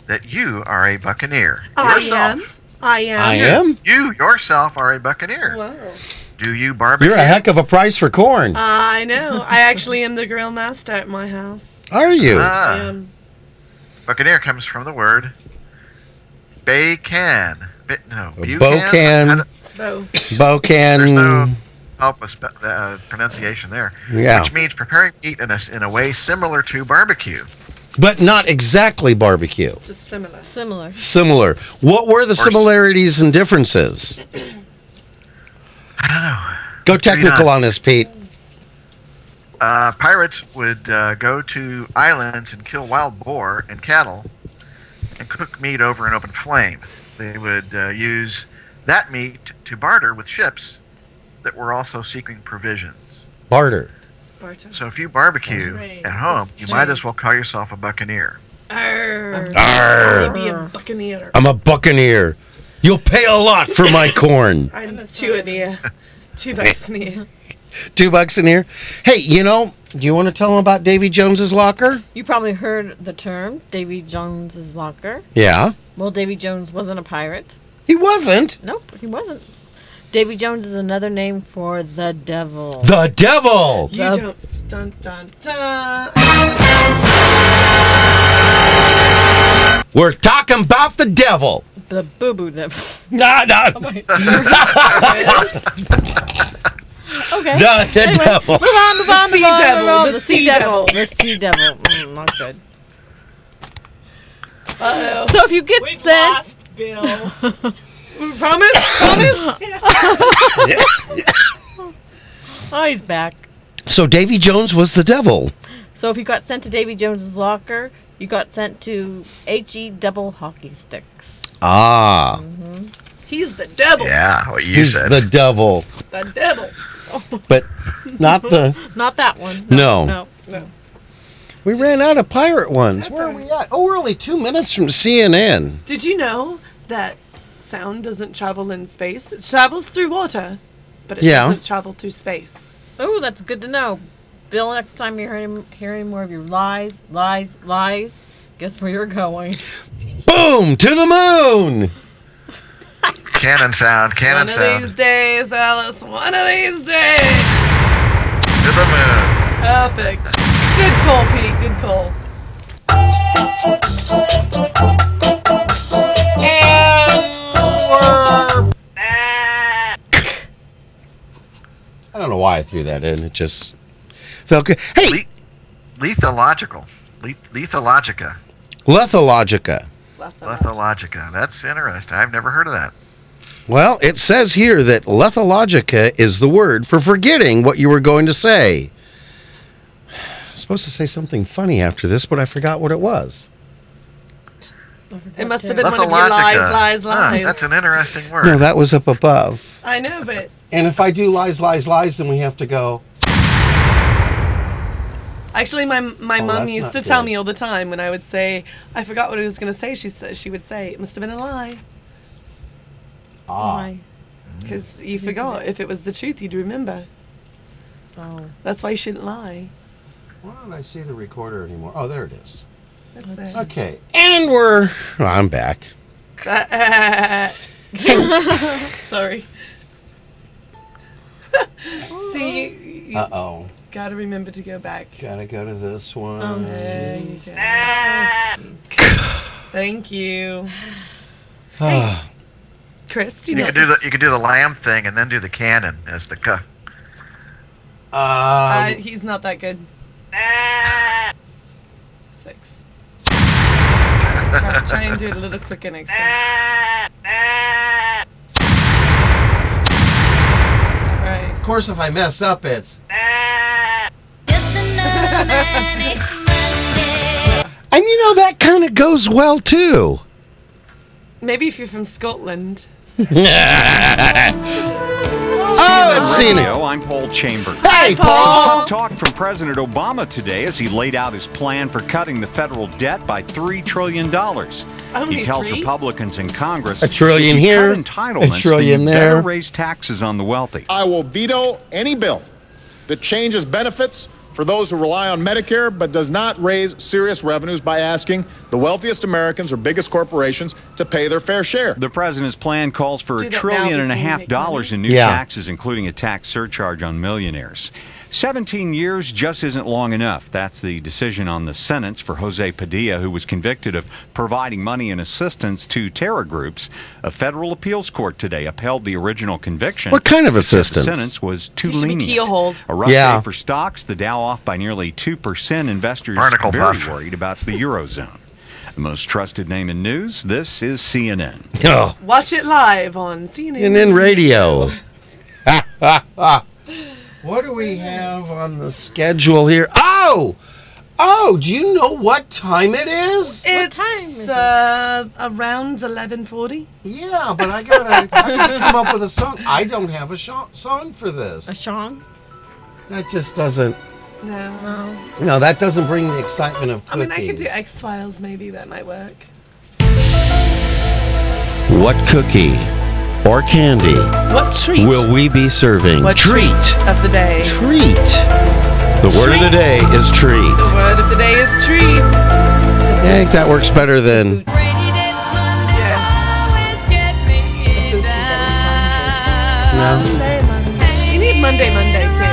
G: that you are a Buccaneer
C: I am.
G: yourself.
C: I am.
A: I am.
G: You yourself are a Buccaneer.
C: Wow.
G: Do you barbecue?
A: You're a heck of a price for corn.
C: I know. I actually am the grill master at my house.
A: Are you?
C: I
G: Ah,
C: am.
G: Buccaneer comes from the word Baycan. Bi- no, Bucan.
A: Bocan.
G: I don't-
C: Bo.
G: There's no
A: Bocan.
G: help with spe- uh, pronunciation there.
A: Yeah.
G: Which means preparing meat in a, s- in a way similar to barbecue.
A: But not exactly barbecue.
C: Just similar.
E: Similar.
A: Similar. What were the
G: s-
A: similarities and differences?
G: I don't know.
A: Go technical on us, Pete.
G: Uh, pirates would uh, go to islands and kill wild boar and cattle and cook meat over an open flame. They would uh, use that meat to barter with ships that were also seeking provisions.
A: Barter.
C: Barter.
G: So if you barbecue
F: Right.
G: at home, you might as well call yourself a buccaneer.
C: Arr.
A: Arr.
C: I'll be a buccaneer.
A: I'm a buccaneer. You'll pay a lot for my corn.
C: I'm two in here. Two bucks in here.
A: Two bucks in here. Hey, you know, do you want to tell them about Davy Jones's locker?
E: You probably heard the term Davy Jones's locker.
A: Yeah.
E: Well, Davy Jones wasn't a pirate.
A: He wasn't.
E: Nope, he wasn't. Davy Jones is another name for the devil.
A: The devil.
C: You
E: Yep.
C: don't. Dun dun dun.
A: We're talking about the devil.
E: The boo boo devil.
A: Nah, nah,
E: Okay.
A: nah, the
E: Anyway,
A: devil.
E: Move on, move on,
C: Sea
E: move on,
C: devil,
E: move on.
C: the
E: The, sea
C: sea
E: devil. The sea devil. Mm, not good.
C: Uh
E: So if you get
F: We've
E: sent,
F: lost Bill.
C: oh. Promise. Promise.
E: oh, he's back.
A: So Davy Jones was the devil.
E: So if you got sent to Davy Jones's locker, you got sent to H.E. Double Hockey Sticks.
A: Ah,
C: He's the devil.
G: Yeah, what you
A: he's the devil,
C: The devil.
A: but not the.
E: Not that one.
A: No.
E: No.
A: We ran out of pirate ones. Where are we at? Oh, we're only two minutes from CNN.
C: Did you know that sound doesn't travel in space? It travels through water, but it
A: Yeah.
C: doesn't travel through space.
E: Oh, that's good to know. Bill, next time you're hearing, hearing more of your lies, lies, lies, guess where you're going?
A: Boom to the moon.
G: Cannon sound,
C: One
G: cannon
C: of
G: sound.
C: these days, Alice. One of these days.
G: To the moon.
C: Perfect. Good call, Pete. Good call.
A: I don't know why I threw that in. It just felt good. Hey,
G: Lethological. Le- lethologica.
A: Lethologica.
C: Left them out.
G: Lethologica. That's interesting. I've never heard of that.
A: Well, it says here that lethologica is the word for forgetting what you were going to say. I was supposed to say something funny after this, but I forgot what it was.
C: It must have been one of your lies,
G: Lethologica.
C: lies,
G: Huh,
C: lies.
G: that's an interesting word.
A: No, that was up above.
C: I know, but
A: And if I do lies, lies, lies, then we have to go.
C: actually, my my
A: Oh,
C: mum
A: that's
C: used
A: not
C: to tell
A: good.
C: me all the time when I would say I forgot what I was going to say. She said she would say it must have been a lie
A: Ah.
C: because you forgot. If it was the truth, you'd remember.
E: Oh,
C: That's why you shouldn't lie.
A: Why don't I see the recorder anymore? Oh, there it is.
C: That's it.
A: Okay. And we're. Oh, I'm back.
C: Sorry. See, you, you
A: Uh oh.
C: gotta remember to go back.
A: Gotta go to this one.
E: okay.
C: Thank you,
A: Ah.
C: Chris. Do you,
G: You
C: know
G: could do the
C: this-
G: you could do the lamb thing and then do the cannon as the cuh.
C: uh,
A: um,
C: he's not that good. Six. try, try and do it a little quicker next time. All right.
A: of course, if I mess up, it's.
H: Just another manic
A: And you know, that kind of goes well too.
C: Maybe if you're from Scotland.
A: Oh, I've seen it.
I: Radio, Oh, I'm Paul Chamber.
A: Hey, Paul.
I: Some tough talk from President Obama today as he laid out his plan for cutting the federal debt by $3 trillion.
C: Only
I: he tells
C: three?
I: Republicans in Congress
A: A trillion
I: if you cut
A: here, a
I: entitlements,
A: trillion
I: then you better
A: there.
I: raise taxes on the wealthy.
J: I will veto any bill that changes benefits for those who rely on Medicare but does not raise serious revenues by asking the wealthiest Americans or biggest corporations to pay their fair share.
I: The president's plan calls for
C: Do
I: a
C: that now
I: trillion and a
C: before you
I: half
C: make
I: dollars
C: money.
I: in new
A: Yeah.
I: taxes, including a tax surcharge on millionaires. 17 years just isn't long enough. That's the decision on the sentence for Jose Padilla, who was convicted of providing money and assistance to terror groups. A federal appeals court today upheld the original conviction.
A: What kind of
I: It said
A: assistance?
I: The sentence was too
C: You should be
I: lenient.
C: keelhauled.
I: A rough
A: Yeah.
I: day for stocks. The Dow off by nearly 2%. Investors
G: Barnacle
I: very
G: Buff.
I: worried about the Eurozone. The most trusted name in news, this is CNN.
A: Oh,
C: Watch it live on CNN.
A: and then radio. what do we have on the schedule here? Oh, oh, do you know what time it is?
C: It's
E: time is it?
C: uh, around 11:40.
A: Yeah, but I gotta, I gotta come up with a song. I don't have a sho- song for this.
E: A song?
A: That just doesn't.
C: No. uh,
E: No.
A: No, that doesn't bring the excitement of
C: I
A: cookies.
C: mean, I could do X Files. Maybe that might work.
A: What cookie or candy
C: What treat?
A: will we be serving?
C: what
A: treat.
C: of the day?
A: Treat. The word of the day is treat.
C: The word of the day is treat.
A: I think that works better than. No.
C: You need Monday, Monday too.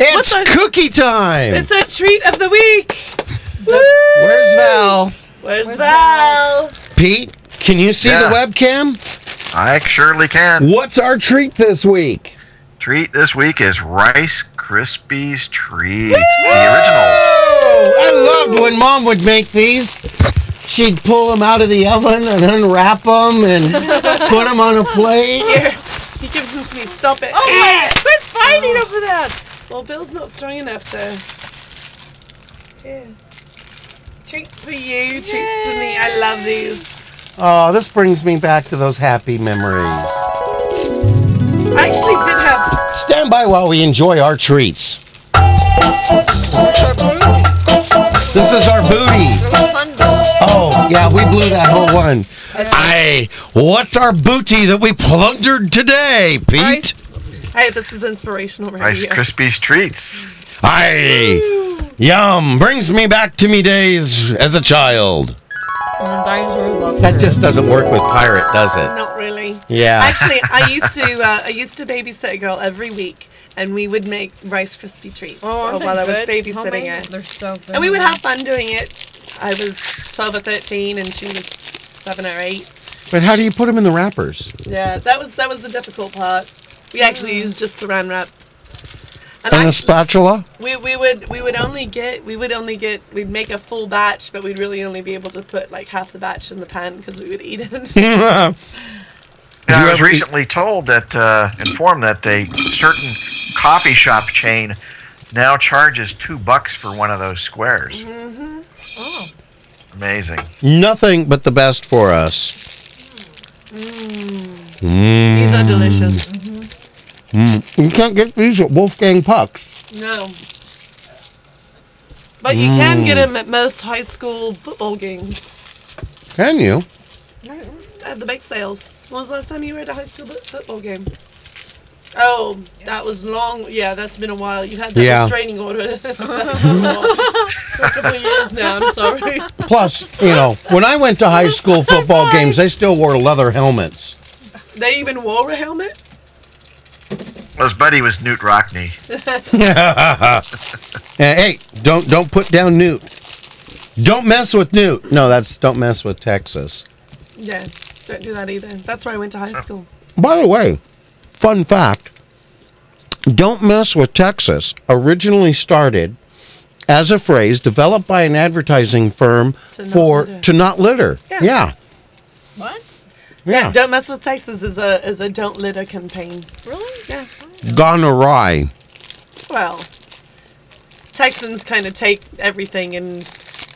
A: It's
C: What's that?
A: cookie time.
C: It's a treat of the week. Woo!
A: Where's Val?
C: Where's Val?
A: Pete, can you see
G: Yeah.
A: the webcam?
G: I surely can.
A: What's our treat this week?
G: Treat this week is Rice Krispies treats, the originals.
A: Oh, I loved when Mom would make these. She'd pull them out of the oven and unwrap them and put them on a plate.
C: Here, he gives them to me. Stop it. Eh! Oh.
E: Oh, my, quit fighting over that!
C: Well, Bill's not strong enough to. Yeah. Treats for you, treats for me. I love these.
A: Oh, this brings me back to those happy memories.
C: I actually did have.
A: Stand by while we enjoy our treats. This is our booty. Oh, yeah, we blew that whole one. Hey, what's our booty that we plundered today, Pete?
E: Rice.
C: Hey, this is inspirational right
G: Rice
C: here.
G: Krispies treats.
A: Aye. Yum. Brings me back to me days as a child.
E: And dinosaur love
A: That just doesn't work with pirate, does it?
C: Not really.
A: Yeah.
C: Actually, I used to. Uh, I used to babysit a girl every week, and we would make Rice Krispie treats while
E: Oh, aren't they
C: I was
E: good?
C: babysitting
E: Homemade?
C: her,
E: They're so good.
C: and we would have fun doing it. I was 12 or 13, and she was seven or eight.
A: But how do you put them in the wrappers?
C: Yeah, that was that was the difficult part. We actually
E: Mm.
C: used just Saran wrap. And
A: On a
C: actually-
A: spatula?
C: We, we would we would only get we would only get we'd make a full batch, but we'd really only be able to put like half the batch in the pan because we would eat it.
G: Yeah,
A: you
G: I was
A: ever eat-
G: recently told that, uh, informed that a certain coffee shop chain now charges two bucks for one of those squares. Mm-hmm. Oh. Amazing.
A: Nothing but the best for us.
C: These are delicious.
A: You can't get these at Wolfgang Puck's.
C: No. But you can get them at most high school football games
A: Can you?
C: at the bake sales. When was the last time you were at a high school bo- football game? Oh, that was long. Yeah, that's been a while. You had that
A: Yeah.
C: restraining order for a couple of years now. I'm sorry.
A: Plus, you know, when I went to high school football games, they still wore leather helmets.
C: They even wore a helmet.
G: Well, his buddy was Newt Rockney.
A: Uh, hey, don't don't put down Newt. Don't mess with Newt. No, that's don't mess with Texas.
C: Yeah, don't do that either. That's where I went to high school.
A: By the way, fun fact Don't Mess with Texas originally started as a phrase developed by an advertising firm
C: To not
A: for
C: litter.
A: to not litter.
C: Yeah.
A: Yeah.
E: What?
A: Yeah.
C: Don't mess with Texas is a is a don't litter campaign.
E: Really?
C: Yeah.
A: Gone awry.
C: Well, Texans kind of take everything and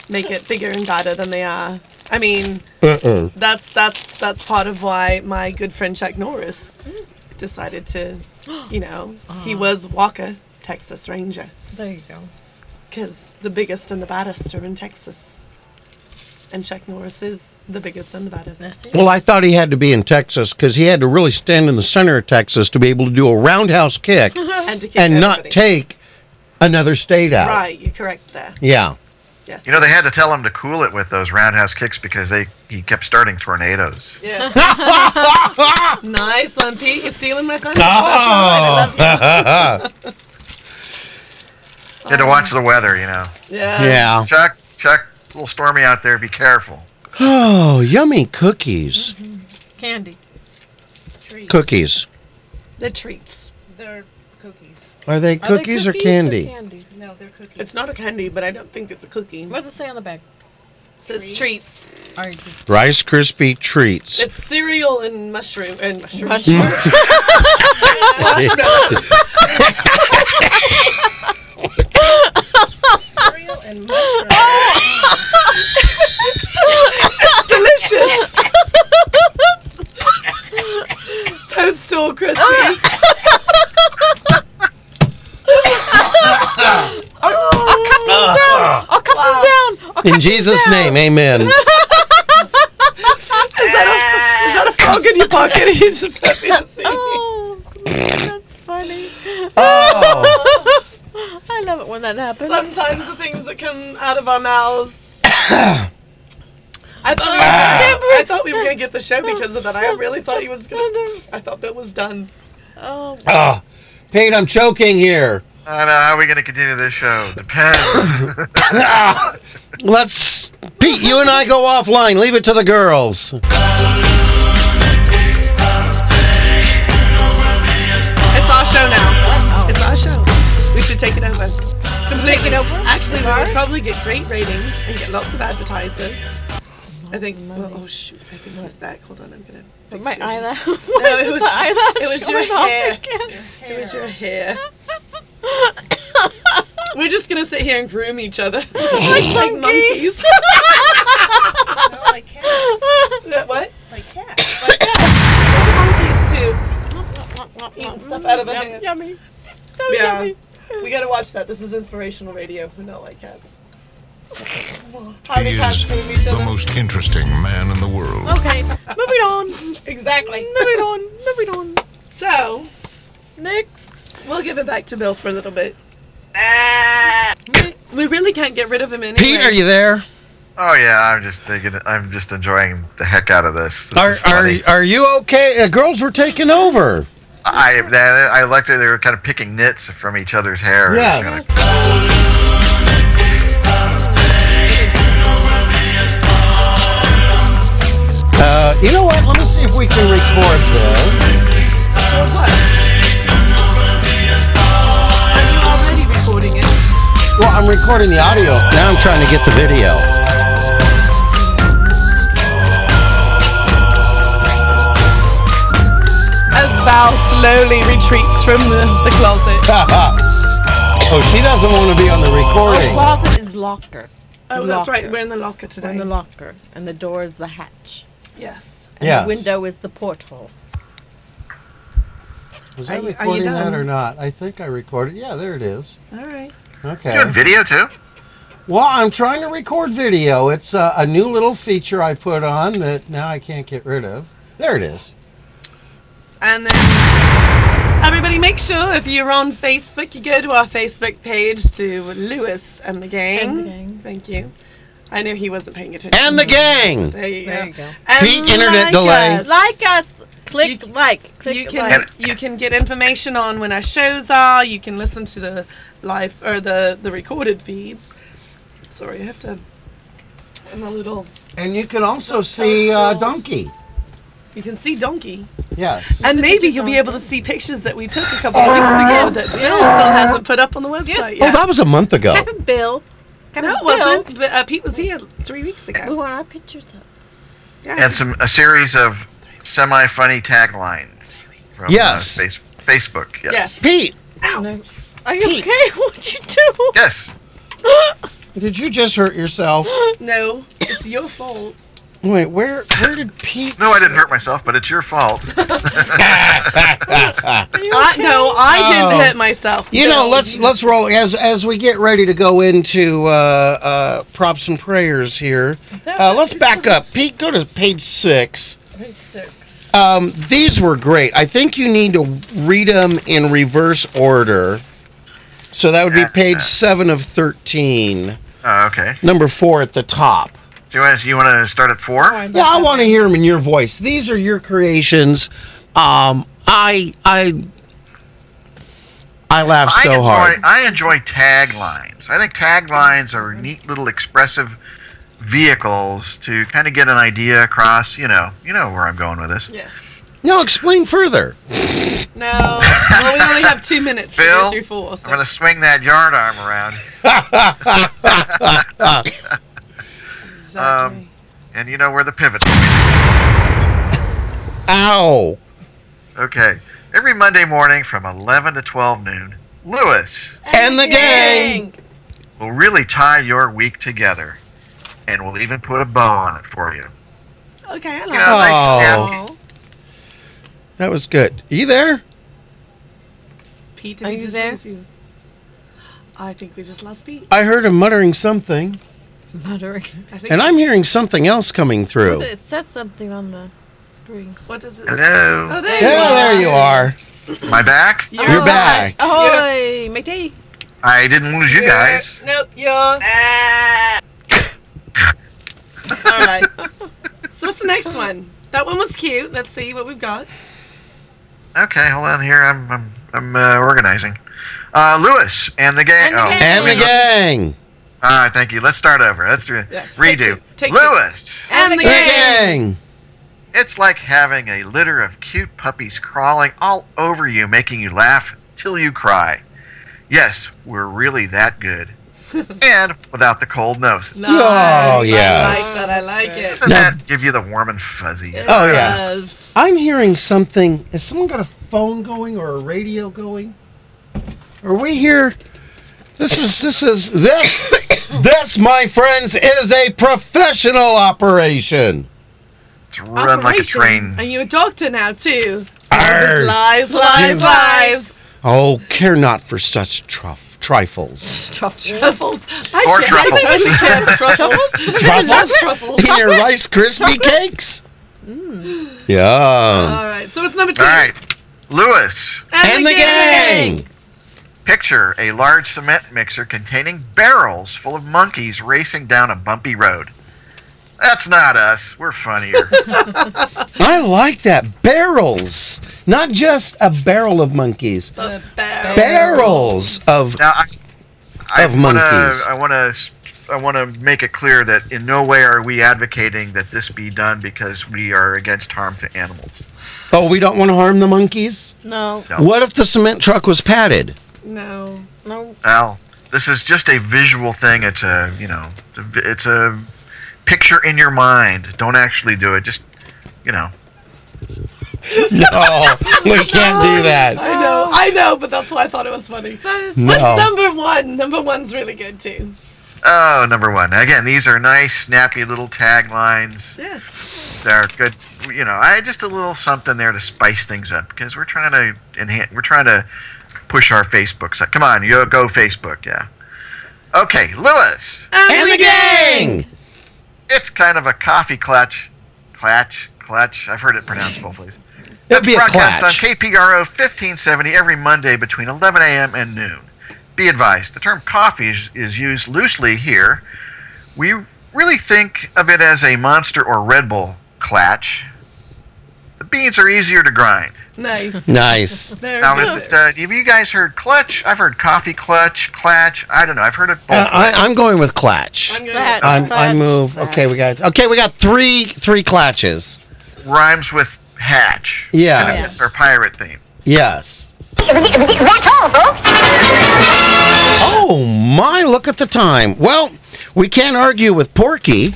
C: make it bigger and badder than they are. I mean,
A: Uh-uh.
C: that's that's that's part of why my good friend Chuck Norris decided to, you know, he
E: Ah.
C: was Walker, Texas Ranger,
E: There you go.
C: because the biggest and the baddest are in Texas, and Chuck Norris is the biggest and the baddest.
A: Well, I thought he had to be in Texas because he had to really stand in the center of Texas to be able to do a roundhouse kick
C: and to kick
A: and not
C: everybody.
A: take another state out.
C: Right, you're correct there.
A: Yeah.
C: Yes.
G: You know, they had to tell him to cool it with those roundhouse kicks because they he kept starting tornadoes.
C: Yes. nice one, Pete. You're stealing my thunder.
G: Oh. Had to watch the weather, you know.
C: Yeah.
A: Yeah.
G: Chuck, Chuck, it's a little stormy out there. Be careful.
A: Oh, yummy cookies.
E: Candy.
A: Cookies.
C: The treats.
F: They're cookies.
A: Are they cookies, or candy?
E: candies?
F: No, they're cookies.
C: It's not a candy, but I don't think it's a cookie.
E: What does it say on the back?
C: says treats.
E: Orange.
A: Rice Krispie treats.
C: It's cereal and mushroom and mushrooms.
E: Mushrooms.
C: Mushrooms.
F: Cereal and mushroom.
C: Delicious. Toadstool Krispies.
E: I'll cut these down. I'll
A: In
E: cut these
A: Jesus'
E: down.
A: name, amen.
C: Is that a frog in your pocket? You just happy to see me.
E: Oh, that's funny.
A: Oh.
E: I love it when that happens.
C: Sometimes the things that come out of our mouths. I thought, we were gonna, I thought we were gonna get the show because of that. I really thought he was gonna. I thought Bill was done.
E: Oh,
A: Oh, Pete, I'm choking here.
G: I don't know how are we going to continue this show. Depends.
A: Let's, Pete, you and I go offline. Leave it to the girls.
C: It's our show now. It's our show. We should take it over. Completely. over. Actually, we would probably get great ratings and get lots of advertisers. I think. Well, oh shoot! I think he's back. Hold on, I'm gonna. fix
E: but my
C: your-
E: eyelash.
C: No,
E: it was the eyelash.
C: It was your
E: going off
C: hair.
E: again?
C: It was your hair. We're just gonna sit here and groom each other like monkeys.
F: Not like cats.
C: Yeah, what?
F: Like cats.
C: Monkeys too. Eating stuff out of a
E: Yum,
C: hand.
E: Yummy. So
C: Yeah.
E: yummy.
C: We gotta watch that. This is inspirational radio. We're not like cats. How
B: He
C: do
B: is
C: cats groom each
B: the
C: other?
B: most interesting man in the world.
E: Okay, moving on. Moving
C: Exactly.
E: on. Moving on.
C: So
E: Next.
C: we'll give it back to Bill for a little bit. We really can't get rid of him anyway.
A: Pete, are you there?
G: oh yeah, I'm just thinking. I'm just enjoying the heck out of this. This
A: Are,
G: is
A: are,
G: funny.
A: are you okay? Uh, girls were taking over.
G: I they- I liked it. They were kind of picking nits from each other's hair. It was
A: Yes.
G: kinda-
A: Uh, you know what? Let me see if we can record this.
C: Are you already recording it?
A: Well, I'm recording the audio. Now I'm trying to get the video.
C: As Val slowly retreats from the, the closet.
A: oh, she doesn't want to be on the
E: The
A: recording.
E: closet is locker.
C: Oh, that's right.
E: Locker.
C: We're in the locker today.
E: We're in the locker, and the door is the hatch.
C: Yes.
E: And
A: Yes.
E: the window is the porthole.
A: Was
C: Are
A: I
C: you- are you
A: recording that
C: done?
A: or not? I think I recorded. Yeah, there it is.
C: All right.
A: Okay.
G: You doing video too?
A: Well, I'm trying to record video. It's uh, a new little feature I put on that now I can't get rid of. There it is.
C: And then everybody, make sure if you're on Facebook, you go to our Facebook page to Lewis and the gang.
E: And the gang.
C: Thank you. I knew he wasn't paying attention.
A: And the gang.
C: there you go.
E: There you go.
C: And
A: Pete, internet
C: like
A: delay.
C: us.
E: Like us. Click
C: You-
E: like. Click
C: you can
E: like.
C: you can get information on when our shows are. You can listen to the live or the the recorded feeds. Sorry, I have to. I'm a little.
A: And you can also see uh, Donkey.
C: You can see Donkey,
A: Yes.
C: and maybe you'll be able to see pictures that we took a couple of weeks ago that Bill still hasn't put up on the website
A: Oh,
C: yet.
A: that was a month ago.
E: Captain Bill. Captain
C: No, it
E: Bill.
C: wasn't. But, uh, Pete was here three weeks
E: We
C: ago.
E: want our pictures up.
C: Yeah.
G: And some a series of semi-funny taglines. From, uh,
A: Yes.
G: face, Facebook. Yes.
C: Yes.
A: Pete,
E: No. Are you okay? What'd you do?
G: Yes.
A: Did you just hurt yourself?
C: No, it's your fault.
A: Wait, where where did Pete?
G: No, I didn't hurt myself, but it's your fault.
C: I, no, I didn't
A: Oh.
C: hit myself.
A: You know, let's let's roll as as we get ready to go into uh, uh, props and prayers here. Uh, let's back up, Pete. Go to page six.
E: Page six.
A: Um, these were great. I think you need to read them in reverse order. So that would be page seven of thirteen,
G: oh, okay.
A: number four at the top.
G: So you want to, you want to start at four?
A: Yeah, I want to hear them in your voice. These are your creations. Um, I I I laugh so
G: I enjoy,
A: hard.
G: I enjoy taglines. I think taglines are neat little expressive vehicles to kind of get an idea across. You know, you know where I'm going with this.
C: Yes.
A: No, explain further.
C: No, well, we only have two minutes to
G: Bill,
C: go through four. So.
G: I'm gonna swing that yard arm around. Um, and you know where the pivot.
A: Ow.
G: Okay. Every Monday morning from 11 to 12 noon, Lewis
A: And the gang.
G: will really tie your week together, and will even put a bow on it for you.
C: Okay, I like
G: Yeah, nice
A: Oh.
G: snappy.
A: That was good. you there?
C: Pete,
E: Are
C: did we
E: you
C: just
E: there?
C: lose you? I think we just lost Pete.
A: I heard him muttering something,
E: Muttering.
C: I think
A: and I'm hearing something else coming through.
E: It says something on the screen.
C: What does it?
G: Hello.
C: Oh, there you
A: Yeah,
C: are.
A: there you are.
G: My back?
E: Oh,
A: You're back.
E: Ahoy, matey.
G: I didn't lose you guys.
C: Nope, you're. All right. So what's the next one? That one was cute. Let's see what we've got.
G: Okay, hold on here. I'm I'm, I'm uh, organizing. Uh, Lewis and the gang.
E: And the
G: oh,
E: gang.
A: And the gang.
G: all right. Thank you. Let's start over. Let's do
C: Yeah, take
G: redo.
C: two, take two.
G: Lewis.
E: And the
A: The
E: gang.
A: gang.
G: It's like having a litter of cute puppies crawling all over you, making you laugh till you cry. Yes, we're really that good. and without the cold nose.
C: Nice.
A: Oh, yes.
C: I like that. I like it.
G: Doesn't
A: No.
G: that give you the warm and fuzzies?
A: Oh, yeah.
C: Yes.
A: I'm hearing something. Has someone got a phone going or a radio going? Are we here? This is this is this this my friends is a professional operation.
G: It's run like a
C: Operation.
G: train.
C: And you're a doctor now too. So
A: Arr.
C: it's lies, lies, lies.
A: Oh, care not for such truff, trifles.
E: Truffles.
C: I
G: Or
C: get-
G: truffles.
C: I totally care for truffles. I love
A: Truffles?
C: truffles.
A: In your Rice Krispie cakes. Yeah.
C: All right. So it's number two.
G: All right, Lewis.
A: and the gang.
G: Picture a large cement mixer containing barrels full of monkeys racing down a bumpy road. That's not us. We're funnier.
A: I like that. Barrels. Not just a barrel of monkeys.
C: The barrel.
A: Barrels of
G: now, I, I
A: Of
G: wanna,
A: monkeys.
G: I want to. I want to make it clear that in no way are we advocating that this be done because we are against harm to animals.
A: Oh, we don't want to harm the monkeys?
E: No,
G: No.
A: What if the cement truck was padded?
C: No.
E: no.
G: Al, this is just a visual thing. It's a you know, it's a, vi- it's a picture in your mind. Don't actually do it. Just you know.
A: No, Oh, we can't do that.
C: I know. I know, but that's why I thought it was funny. What's
A: No.
C: number one? Number one's really good too.
G: Oh, number one. Again, these are nice, snappy little taglines.
C: Yes.
G: They're good. You know, I just a little something there to spice things up because we're trying to enhance. We're trying to push our Facebook. site. Come on, you go Facebook. Yeah. Okay, Lewis.
A: And the gang.
G: It's kind of a coffee clutch, clutch, clutch. I've heard it pronounced both ways.
A: It'd be a
G: broadcast
A: clatch.
G: on KPRO 1570 every Monday between 11 a.m. and noon. Be advised, the term coffee is, is used loosely here. We really think of it as a monster or Red Bull clatch. The beans are easier to grind.
C: Nice.
A: Nice.
C: There
G: Now,
C: we
G: is
C: go.
G: it, uh, have you guys heard clutch? I've heard coffee clutch, clatch. I don't know. I've heard it both.
A: Uh, I,
G: ways.
A: I'm going with clatch.
C: I'm gonna.
E: Flat,
A: I'm, I
E: flat,
A: move.
E: flat.
A: Okay, we got okay. We got three three clatches.
G: Rhymes with hatch.
A: Yeah.
G: Kind of
A: Yeah.
G: fits our pirate theme.
A: Yes.
H: That's all, folks.
A: Oh my! Look at the time. Well, we can't argue with Porky,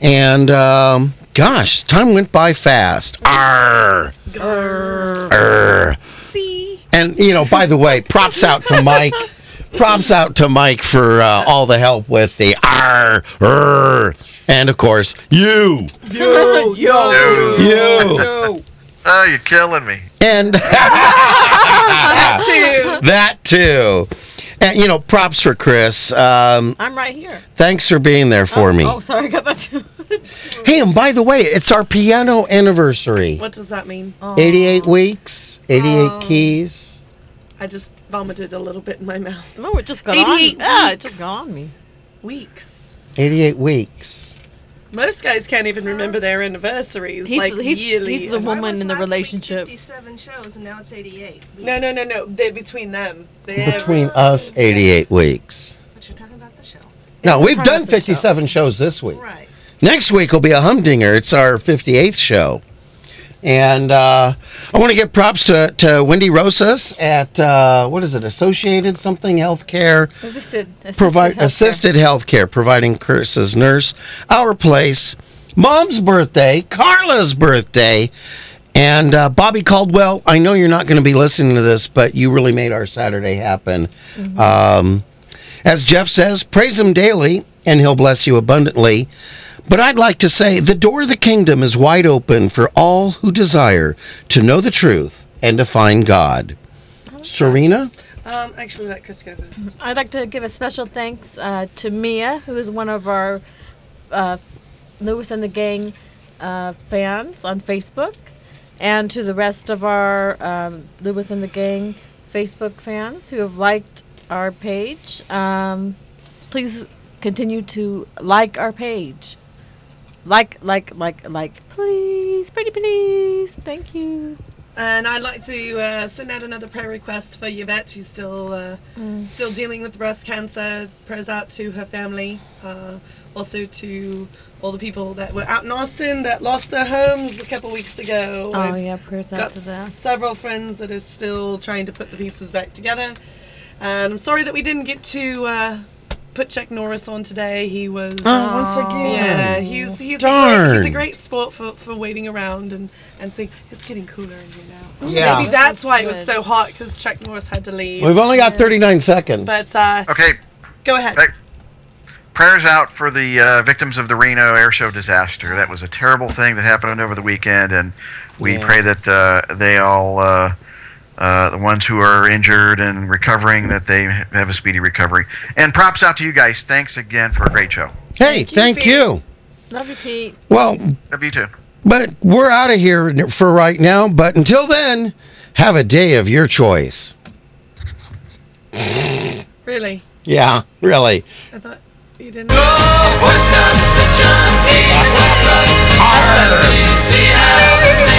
A: and um, gosh, time went by fast. Arr. Arr.
C: See.
A: And And you know, by the way, props out to Mike. Props out to Mike for uh, all the help with the R, and of course you,
C: You,
G: yo,
A: you,
G: Oh, you're killing me.
A: and
C: too.
A: that too. And you know, props for Chris. Um,
E: I'm right here.
A: thanks for being there for
E: oh,
A: me.
E: Oh, sorry, I got that too.
A: Hey, and by the way, it's our piano anniversary.
C: What does that mean?
E: Oh.
A: 88 weeks, 88 keys.
C: I just vomited a little bit in my mouth.
E: No, it just got
C: 88
E: on. Yeah, it just
C: weeks.
E: got on me.
C: Weeks.
A: 88 weeks.
C: Most guys can't even remember their anniversaries.
E: He's-
C: like
E: he's-
C: yearly.
E: he's the
C: and-
E: one- Woman
F: Why was
E: in the
F: last week
E: relationship.
F: 57 shows and now it's 88.
C: No, no, no, no. They're between them. They're um,
A: Between us, 88 weeks.
F: But you're talking about the show.
A: No, we've
E: trying
A: done
E: not to shout.
A: 57 shows this week.
F: Right.
A: Next week will be a humdinger. It's our 58th show. And uh, I want to give props to, to Wendy Rosas at, uh, what is it, Associated Something Healthcare.
E: Assisted. assisted
A: provide
E: healthcare.
A: assisted healthcare, providing Chris's nurse, our place, mom's birthday, Carla's birthday, and uh, Bobby Caldwell. I know you're not going to be listening to this, but you really made our Saturday happen. Um, as Jeff says, praise him daily, and he'll bless you abundantly. But I'd like to say the door of the kingdom is wide open for all who desire to know the truth and to find God. Serena?
C: Um, actually, let Chris go first.
E: I'd like to give a special thanks uh, to Mia, who is one of our uh, Lewis and the Gang uh, fans on Facebook, and to the rest of our um, Lewis and the Gang Facebook fans who have liked our page. Um, please continue to like our page. Like, like, like, like, please, pretty please. Thank you.
C: And I'd like to uh, send out another prayer request for Yvette. She's still uh,
E: Mm.
C: still dealing with breast cancer. Prayers out to her family, uh, also to all the people that were out in Austin that lost their homes a couple weeks ago.
E: Oh,
C: I've
E: yeah, prayers out
C: got
E: to them.
C: several friends that are still trying to put the pieces back together. And I'm sorry that we didn't get to uh, put Jack Norris on today. He was.
A: once
C: Yeah, he's he's a, great, he's
A: Darn.
C: a great sport for, for waiting around and, and saying it's getting cooler in here now.
A: Yeah.
C: Maybe that's why it was
E: Good.
C: so hot because Chuck Norris had to leave.
A: We've only got 39 seconds.
C: but uh,
G: Okay,
C: go ahead.
G: Hey. prayers out for the uh, victims of the Reno air show disaster. That was a terrible thing that happened over the weekend, and we
A: Yeah.
G: pray that uh, they all, uh, uh, the ones who are injured and recovering, that they have a speedy recovery. And props out to you guys. Thanks again for a great show.
A: hey, thank
C: Pete.
A: you.
E: Love you, Pete.
A: Well,
G: Love you too.
A: but we're out of here for right now. But until then, have a day of your choice.
C: Really,
A: Yeah, really.
C: I thought you didn't.
D: Oh, what's done the John Deere? What's done? See how the